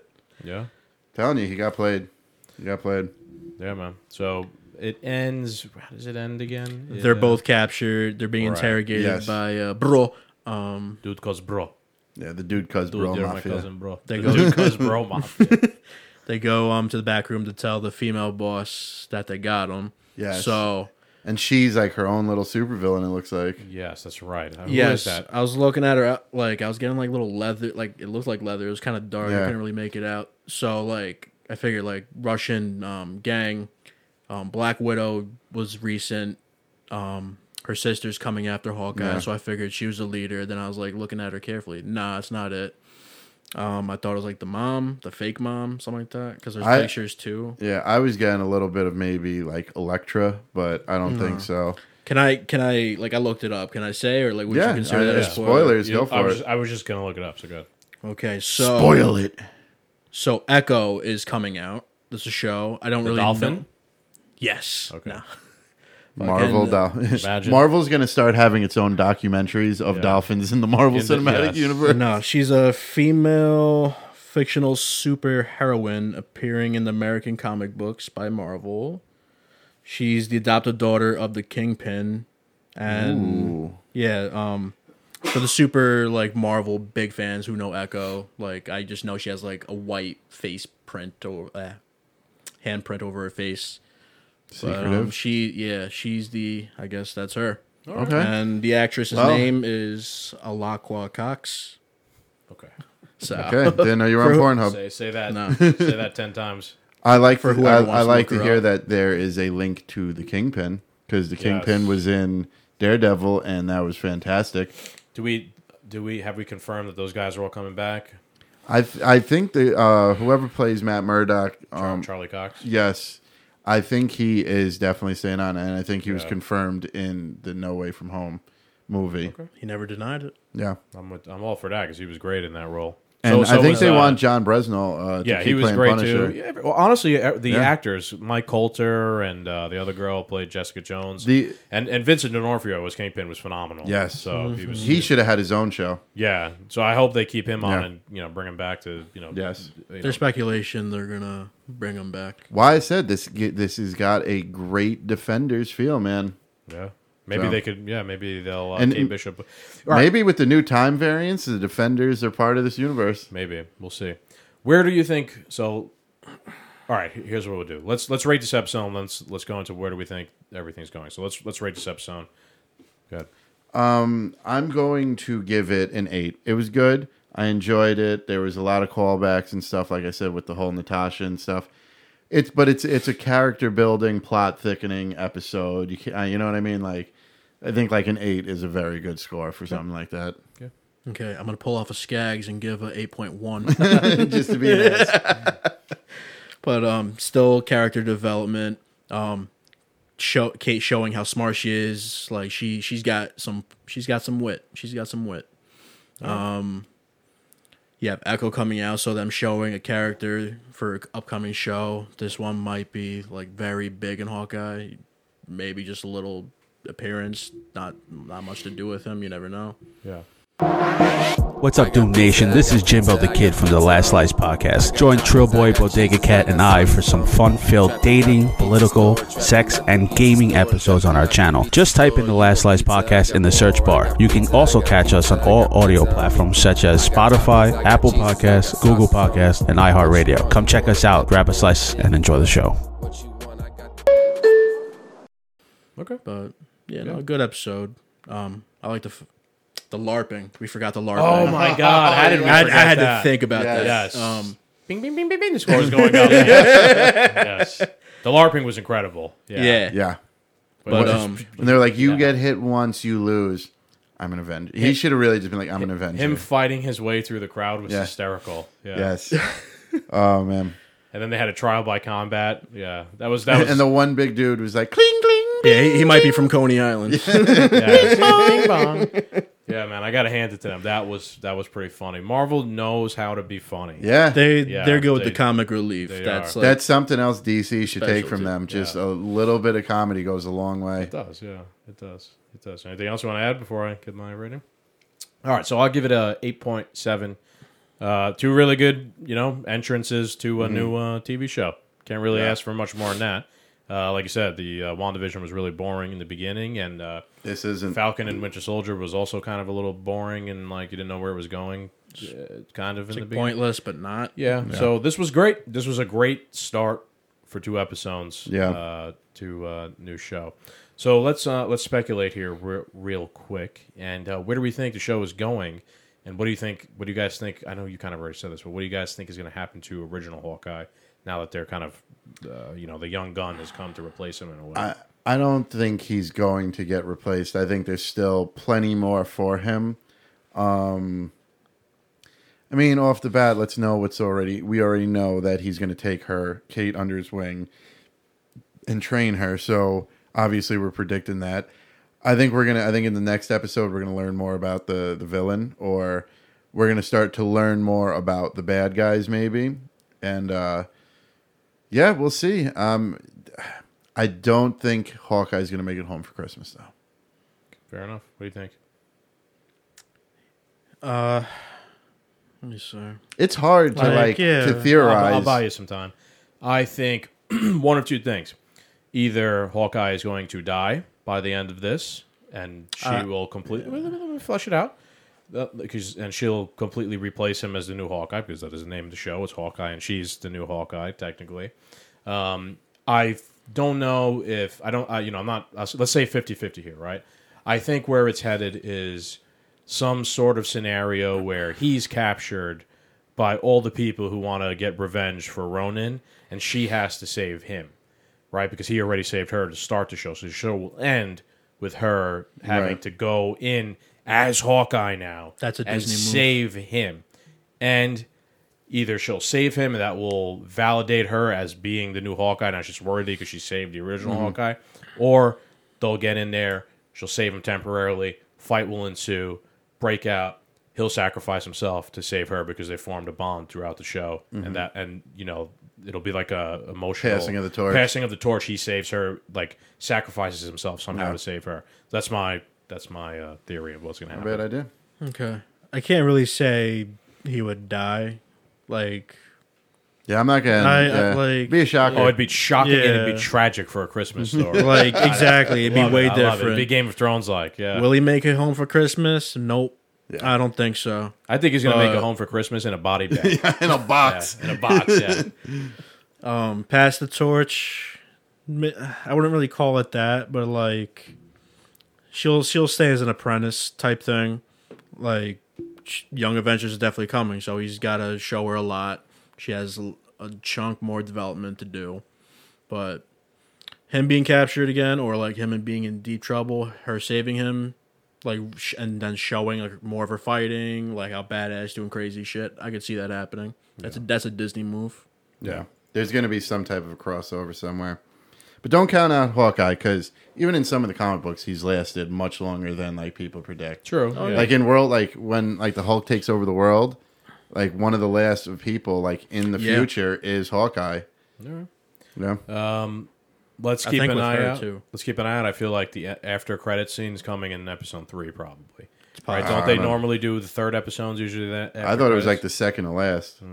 [SPEAKER 2] Yeah,
[SPEAKER 1] Telling you, he got played. He got played.
[SPEAKER 2] yeah, man. So it ends. How does it end again?
[SPEAKER 3] They're
[SPEAKER 2] Yeah.
[SPEAKER 3] both captured. They're being
[SPEAKER 2] Right.
[SPEAKER 3] interrogated
[SPEAKER 1] Yes.
[SPEAKER 3] by uh, bro. Um,
[SPEAKER 2] dude calls bro.
[SPEAKER 1] Yeah, the dude cuz
[SPEAKER 2] Dude,
[SPEAKER 1] bro
[SPEAKER 2] they're
[SPEAKER 1] mafia.
[SPEAKER 2] my cousin, bro.
[SPEAKER 3] They
[SPEAKER 2] The
[SPEAKER 3] go-
[SPEAKER 2] dude calls bro mafia.
[SPEAKER 3] they go um to the back room to tell the female boss that they got him.
[SPEAKER 1] Yes.
[SPEAKER 3] So
[SPEAKER 1] And she's like her own little supervillain. It looks like.
[SPEAKER 2] Yes, that's right. Who is
[SPEAKER 3] yes,
[SPEAKER 2] that?
[SPEAKER 3] I was looking at her uh, like I was getting like little leather, like it looked like leather. It was kind of dark.
[SPEAKER 1] Yeah.
[SPEAKER 3] I couldn't really make it out. So like I figured like Russian um, gang, um, Black Widow was recent. Um, her sister's coming after Hawkeye,
[SPEAKER 1] Yeah.
[SPEAKER 3] so I figured she was the leader. Then I was like looking at her carefully. Nah, it's not it. Um, I thought it was like the mom, the fake mom, something like that. Because there's
[SPEAKER 1] I-
[SPEAKER 3] pictures too.
[SPEAKER 1] Yeah, I was getting a little bit of maybe like Electra, but I
[SPEAKER 2] Mm-hmm.
[SPEAKER 1] don't think so.
[SPEAKER 3] Can I? Can I? Like I looked it up. Can I say or like would
[SPEAKER 1] yeah,
[SPEAKER 3] you consider
[SPEAKER 1] I-
[SPEAKER 3] that a
[SPEAKER 1] yeah,
[SPEAKER 3] spoiler?
[SPEAKER 1] spoilers.
[SPEAKER 2] You-
[SPEAKER 1] go
[SPEAKER 2] I
[SPEAKER 1] for
[SPEAKER 2] was,
[SPEAKER 1] it.
[SPEAKER 2] I was just gonna look it up. So good.
[SPEAKER 3] Okay, so
[SPEAKER 1] Spoil it.
[SPEAKER 3] So Echo is coming out. This is a show. I don't
[SPEAKER 2] The
[SPEAKER 3] really
[SPEAKER 2] dolphin.
[SPEAKER 3] know- Yes.
[SPEAKER 2] Okay.
[SPEAKER 3] Nah.
[SPEAKER 1] Marvel
[SPEAKER 3] Fucking-
[SPEAKER 1] Dolphin.
[SPEAKER 2] Imagine.
[SPEAKER 1] Marvel's going to start having its own documentaries of
[SPEAKER 2] Yeah.
[SPEAKER 1] dolphins in the Marvel
[SPEAKER 2] In the-
[SPEAKER 1] Cinematic
[SPEAKER 2] yes.
[SPEAKER 1] Universe.
[SPEAKER 3] No, she's a female fictional super heroine appearing in the American comic books by Marvel. She's the adopted daughter of the Kingpin and
[SPEAKER 1] Ooh.
[SPEAKER 3] yeah, um for the super like Marvel big fans who know Echo, like I just know she has like a white face print or uh, handprint over her face. But, um,
[SPEAKER 1] Secretive.
[SPEAKER 3] she yeah, she's the I guess that's her.
[SPEAKER 1] okay.
[SPEAKER 3] And the actress's
[SPEAKER 1] Well-
[SPEAKER 3] name is Alakwa Cox.
[SPEAKER 2] Okay.
[SPEAKER 3] So
[SPEAKER 1] Okay. Didn't know you were on Pornhub.
[SPEAKER 2] Say say that.
[SPEAKER 3] No.
[SPEAKER 2] say that ten times.
[SPEAKER 1] I like
[SPEAKER 3] For
[SPEAKER 1] to,
[SPEAKER 3] whoever
[SPEAKER 1] I,
[SPEAKER 3] wants
[SPEAKER 1] I
[SPEAKER 3] to
[SPEAKER 1] like to
[SPEAKER 3] look her
[SPEAKER 1] hear
[SPEAKER 3] up.
[SPEAKER 1] that there is a link to the Kingpin because the Kingpin
[SPEAKER 2] Yes.
[SPEAKER 1] was in Daredevil and that was fantastic.
[SPEAKER 2] Do we? Do we? Have we confirmed that those guys are all coming back?
[SPEAKER 1] I th- I think the uh, whoever plays Matt Murdock,
[SPEAKER 2] Char-
[SPEAKER 1] um,
[SPEAKER 2] Charlie Cox.
[SPEAKER 1] yes, I think he is definitely staying on, and I think he was
[SPEAKER 2] Yeah.
[SPEAKER 1] confirmed in the No Way From Home movie.
[SPEAKER 3] he never denied it.
[SPEAKER 1] Yeah.
[SPEAKER 2] I'm with, I'm all for that because he was great in that role.
[SPEAKER 1] And
[SPEAKER 2] So- so
[SPEAKER 1] I think
[SPEAKER 2] was,
[SPEAKER 1] they
[SPEAKER 2] uh,
[SPEAKER 1] want John Bresnell. Uh, to
[SPEAKER 2] Yeah,
[SPEAKER 1] keep
[SPEAKER 2] he was
[SPEAKER 1] playing
[SPEAKER 2] great
[SPEAKER 1] Punisher.
[SPEAKER 2] too. Yeah, well, honestly, e- the
[SPEAKER 1] Yeah.
[SPEAKER 2] actors, Mike Coulter and uh, the other girl played Jessica Jones.
[SPEAKER 1] The-
[SPEAKER 2] and and Vincent D'Onofrio was Kingpin was phenomenal.
[SPEAKER 1] Yes.
[SPEAKER 2] so he was.
[SPEAKER 1] He should have had his own show.
[SPEAKER 2] yeah, so I hope they keep him on
[SPEAKER 1] Yeah.
[SPEAKER 2] and you know bring him back to you know.
[SPEAKER 1] Yes.
[SPEAKER 2] you know,
[SPEAKER 3] There's speculation they're gonna bring him back.
[SPEAKER 1] Why I said this? This has got a great defenders feel, man.
[SPEAKER 2] Yeah. Maybe
[SPEAKER 1] So-
[SPEAKER 2] they could. Yeah, maybe they'll uh,
[SPEAKER 1] And-
[SPEAKER 2] Kate Bishop.
[SPEAKER 1] Maybe with the new time variants, the defenders are part of this universe.
[SPEAKER 2] Maybe we'll see. Where do you think? So, all right. Here's what we'll do. Let's let's rate this episode. And let's let's go into where do we think everything's going. So let's let's rate this episode. Good.
[SPEAKER 1] I'm going to give it an eight. It was good. I enjoyed it. There was a lot of callbacks and stuff, like I said, with the whole Natasha and stuff. It's but it's it's a character building, plot thickening episode. You can, uh, you know what I mean? Like, I think like an eight is a very good score for something like that.
[SPEAKER 3] Okay, I'm gonna pull off a Skags and give a 8.1.
[SPEAKER 1] Just to be an ass.
[SPEAKER 3] but um still character development um show kate showing how smart she is like she she's got some she's got some wit she's got some wit um yeah echo coming out so them showing a character for upcoming show this one might be like very big in hawkeye maybe just a little appearance not not much to do with him you never know
[SPEAKER 2] Yeah.
[SPEAKER 5] What's up, Doom Nation? This is Jimbo the Kid from the Last Slice Podcast. Join Trillboy, Bodega Cat, and I for some fun-filled dating, political, sex, and gaming episodes on our channel. Just type in the Last Slice Podcast in the search bar. You can also catch us on all audio platforms such as Spotify, Apple Podcasts, Google Podcasts, and iHeartRadio. Come check us out, grab a slice, and enjoy the show.
[SPEAKER 2] Okay.
[SPEAKER 3] but yeah, no, good episode. Um, I like the f- the LARPing. We forgot the LARPing.
[SPEAKER 2] Oh my god! How did we
[SPEAKER 3] I, I
[SPEAKER 2] forget
[SPEAKER 3] had
[SPEAKER 2] that?
[SPEAKER 3] to think about
[SPEAKER 1] Yes.
[SPEAKER 3] that.
[SPEAKER 2] Yes.
[SPEAKER 3] Um,
[SPEAKER 2] Bing, bing, bing, bing, bing. The score's going up. yes. The LARPing was incredible. Yeah.
[SPEAKER 3] yeah.
[SPEAKER 1] Yeah.
[SPEAKER 3] But
[SPEAKER 1] What-
[SPEAKER 3] um,
[SPEAKER 1] and they're like, you get hit once, you lose. I'm an Avenger. He should have really just been like, I'm an Avenger.
[SPEAKER 2] Him fighting his way through the crowd was
[SPEAKER 1] Yeah.
[SPEAKER 2] hysterical. Yeah.
[SPEAKER 1] yes. oh man.
[SPEAKER 2] And then they had a trial by combat. Yeah. That was that was
[SPEAKER 1] And the one big dude was like, cling cling.
[SPEAKER 3] yeah, he, he might be from Coney Island.
[SPEAKER 2] yeah. Yeah, man, I gotta hand it to them. That was that was pretty funny. Marvel knows how to be funny.
[SPEAKER 1] Yeah.
[SPEAKER 3] They
[SPEAKER 2] Yeah,
[SPEAKER 3] they're good with
[SPEAKER 2] they-
[SPEAKER 3] the comic relief.
[SPEAKER 2] they
[SPEAKER 3] That's
[SPEAKER 2] are.
[SPEAKER 3] like
[SPEAKER 1] That's something else DC should take from
[SPEAKER 3] Specialty,
[SPEAKER 1] them. Just
[SPEAKER 2] yeah.
[SPEAKER 1] a little bit of comedy goes a long way.
[SPEAKER 2] It does, yeah. It does. It does. Anything else you want to add before I give my rating? All right, so I'll give it a 8.7. Uh, two really good, you know, entrances to a new uh, TV show. Can't really ask for much more than that. Uh, like you said, the uh, WandaVision was really boring in the beginning, and uh,
[SPEAKER 1] This isn't.
[SPEAKER 2] Falcon and Winter Soldier was also kind of a little boring and like you didn't know where it was going, uh, kind of in the beginning.
[SPEAKER 3] pointless, but not.
[SPEAKER 2] Yeah. So this was great. This was a great start for two episodes.
[SPEAKER 1] Yeah.
[SPEAKER 2] Uh, to uh, new show. So let's uh, let's speculate here re- real quick. And uh, where do we think the show is going? And what do you think? What do you guys think? I know you kind of already said this, but what do you guys think is going to happen to original Hawkeye now that they're kind of, uh, you know, the young gun has come to replace him in a way?
[SPEAKER 1] I, I don't think he's going to get replaced. I think there's still plenty more for him. Um, I mean, off the bat, let's know what's already. We already know that he's going to take her, Kate, under his wing and train her. So obviously, we're predicting that. I think we're gonna. I think in the next episode, we're gonna learn more about the the villain, or we're gonna start to learn more about the bad guys, maybe. And uh, yeah, we'll see. Um, I don't think Hawkeye's going to make it home for Christmas though.
[SPEAKER 2] Fair enough. What do you think?
[SPEAKER 3] Let me see.
[SPEAKER 1] It's hard to like,
[SPEAKER 4] Like,
[SPEAKER 1] to
[SPEAKER 4] yeah. I'll- I'll
[SPEAKER 2] I'll-
[SPEAKER 1] theorize.
[SPEAKER 2] I'll, buy you some time. I think one of two things: either Hawkeye is going to die by the end of this, and she will completely well, let me- let me flesh it out. That- Because and she'll completely replace him as the new Hawkeye because that is the name of the show. It's Hawkeye, and she's the new Hawkeye technically. Um, I f- don't know if I don't. I, you know, I'm not. uh, Let's say 50-50 here, right? I think where it's headed is some sort of scenario where he's captured by all the people who want to get revenge for Ronan, and she has to save him, right? Because he already saved her to start the show, so the show will end with her having
[SPEAKER 1] Right.
[SPEAKER 2] to go in as Hawkeye now.
[SPEAKER 4] That's a
[SPEAKER 2] and
[SPEAKER 4] Disney move.
[SPEAKER 2] save him, and either she'll save him and that will validate her as being the new Hawkeye, now she's worthy because she saved the original
[SPEAKER 1] Mm-hmm.
[SPEAKER 2] Hawkeye, or they'll get in there, she'll save him temporarily, fight will ensue, break out, he'll sacrifice himself to save her because they formed a bond throughout the show, and that and you know it'll be like a emotional
[SPEAKER 1] Mm-hmm. Passing of the torch.
[SPEAKER 2] passing of the torch. He saves her, like sacrifices himself somehow
[SPEAKER 1] Yeah.
[SPEAKER 2] to save her. That's my that's my uh, theory of what's going to happen.
[SPEAKER 1] Bad idea.
[SPEAKER 3] Okay.
[SPEAKER 4] I can't really say he would die. Like
[SPEAKER 1] Yeah, I'm not gonna.
[SPEAKER 4] I- I
[SPEAKER 1] yeah.
[SPEAKER 4] like-
[SPEAKER 1] be a shocker.
[SPEAKER 2] Oh, it'd be shocking and it'd
[SPEAKER 4] Yeah.
[SPEAKER 2] be tragic for a Christmas story.
[SPEAKER 4] like exactly, it'd be
[SPEAKER 2] Love it.
[SPEAKER 4] way
[SPEAKER 2] I love it. It'd
[SPEAKER 4] different.
[SPEAKER 2] Be Game of Thrones like, yeah.
[SPEAKER 3] Will he make it home for Christmas? Nope. I don't think so.
[SPEAKER 2] I think he's gonna make
[SPEAKER 3] Uh,
[SPEAKER 2] it home for Christmas in a body bag,
[SPEAKER 1] in a box.
[SPEAKER 2] in a box. Yeah,
[SPEAKER 4] Um, pass the torch. Mi- I wouldn't really call it that, but like she'll she'll stay as an apprentice type thing.
[SPEAKER 3] Like, sh- Young Avengers is definitely coming, so he's got to show her a lot. She has l- a chunk more development to do. But him being captured again, or like him and being in deep trouble, her saving him, like, sh- and then showing like more of her fighting, like how badass, doing crazy shit. I could see that happening. That's a that's a Disney move.
[SPEAKER 1] Yeah, there's gonna be some type of crossover somewhere. But don't count out Hawkeye because even in some of the comic books, he's lasted much longer than like people predict.
[SPEAKER 2] true. Oh, yeah.
[SPEAKER 1] Like in world, like when like the Hulk takes over the world, like one of the last of people like in the
[SPEAKER 3] Yeah.
[SPEAKER 1] future is Hawkeye. Yeah.
[SPEAKER 2] Uh, let's keep
[SPEAKER 3] think
[SPEAKER 2] an
[SPEAKER 3] with
[SPEAKER 2] eye
[SPEAKER 3] her,
[SPEAKER 2] out.
[SPEAKER 3] too.
[SPEAKER 2] Let's keep an eye out. I feel like the a- after credit scene is coming in episode three, probably. Right?
[SPEAKER 1] I
[SPEAKER 2] Don't they
[SPEAKER 1] don't know.
[SPEAKER 2] normally do the third episode's usually that?
[SPEAKER 1] I
[SPEAKER 2] after
[SPEAKER 1] thought it was like
[SPEAKER 2] credits?
[SPEAKER 1] the second to last.
[SPEAKER 2] I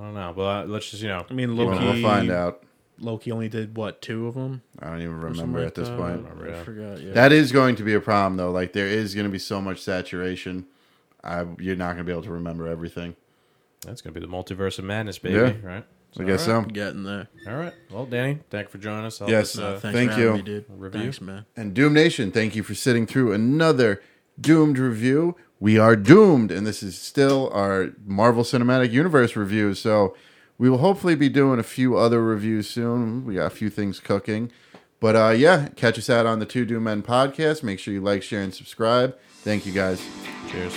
[SPEAKER 2] don't know, but uh, let's just you know.
[SPEAKER 4] I mean,
[SPEAKER 1] Well,
[SPEAKER 4] Loki.
[SPEAKER 1] we'll find out.
[SPEAKER 4] Loki only did what two of them.
[SPEAKER 1] I don't even remember at this point.
[SPEAKER 2] yeah.
[SPEAKER 3] uh, I forgot. Yeah.
[SPEAKER 1] That is going to be a problem, though. Like there is going to be so much saturation, I, you're not going to be able to remember everything.
[SPEAKER 2] That's gonna be the multiverse of madness, baby.
[SPEAKER 1] Yeah.
[SPEAKER 2] Right?
[SPEAKER 1] I guess so.
[SPEAKER 3] Getting there.
[SPEAKER 2] All right. Well, Danny, thank you for joining us. Help
[SPEAKER 1] Yes.
[SPEAKER 2] us,
[SPEAKER 1] Uh,
[SPEAKER 2] uh,
[SPEAKER 3] Thanks
[SPEAKER 1] thank
[SPEAKER 3] for having
[SPEAKER 1] you.
[SPEAKER 3] me, dude.
[SPEAKER 2] Review.
[SPEAKER 3] Thanks, man.
[SPEAKER 1] And Doom Nation, thank you for sitting through another doomed review. We are doomed, and this is still our Marvel Cinematic Universe review. So we will hopefully be doing a few other reviews soon. We got a few things cooking. But uh, yeah, catch us out on the Two Doom Men podcast. Make sure you like, share, and subscribe. Thank you guys.
[SPEAKER 2] cheers.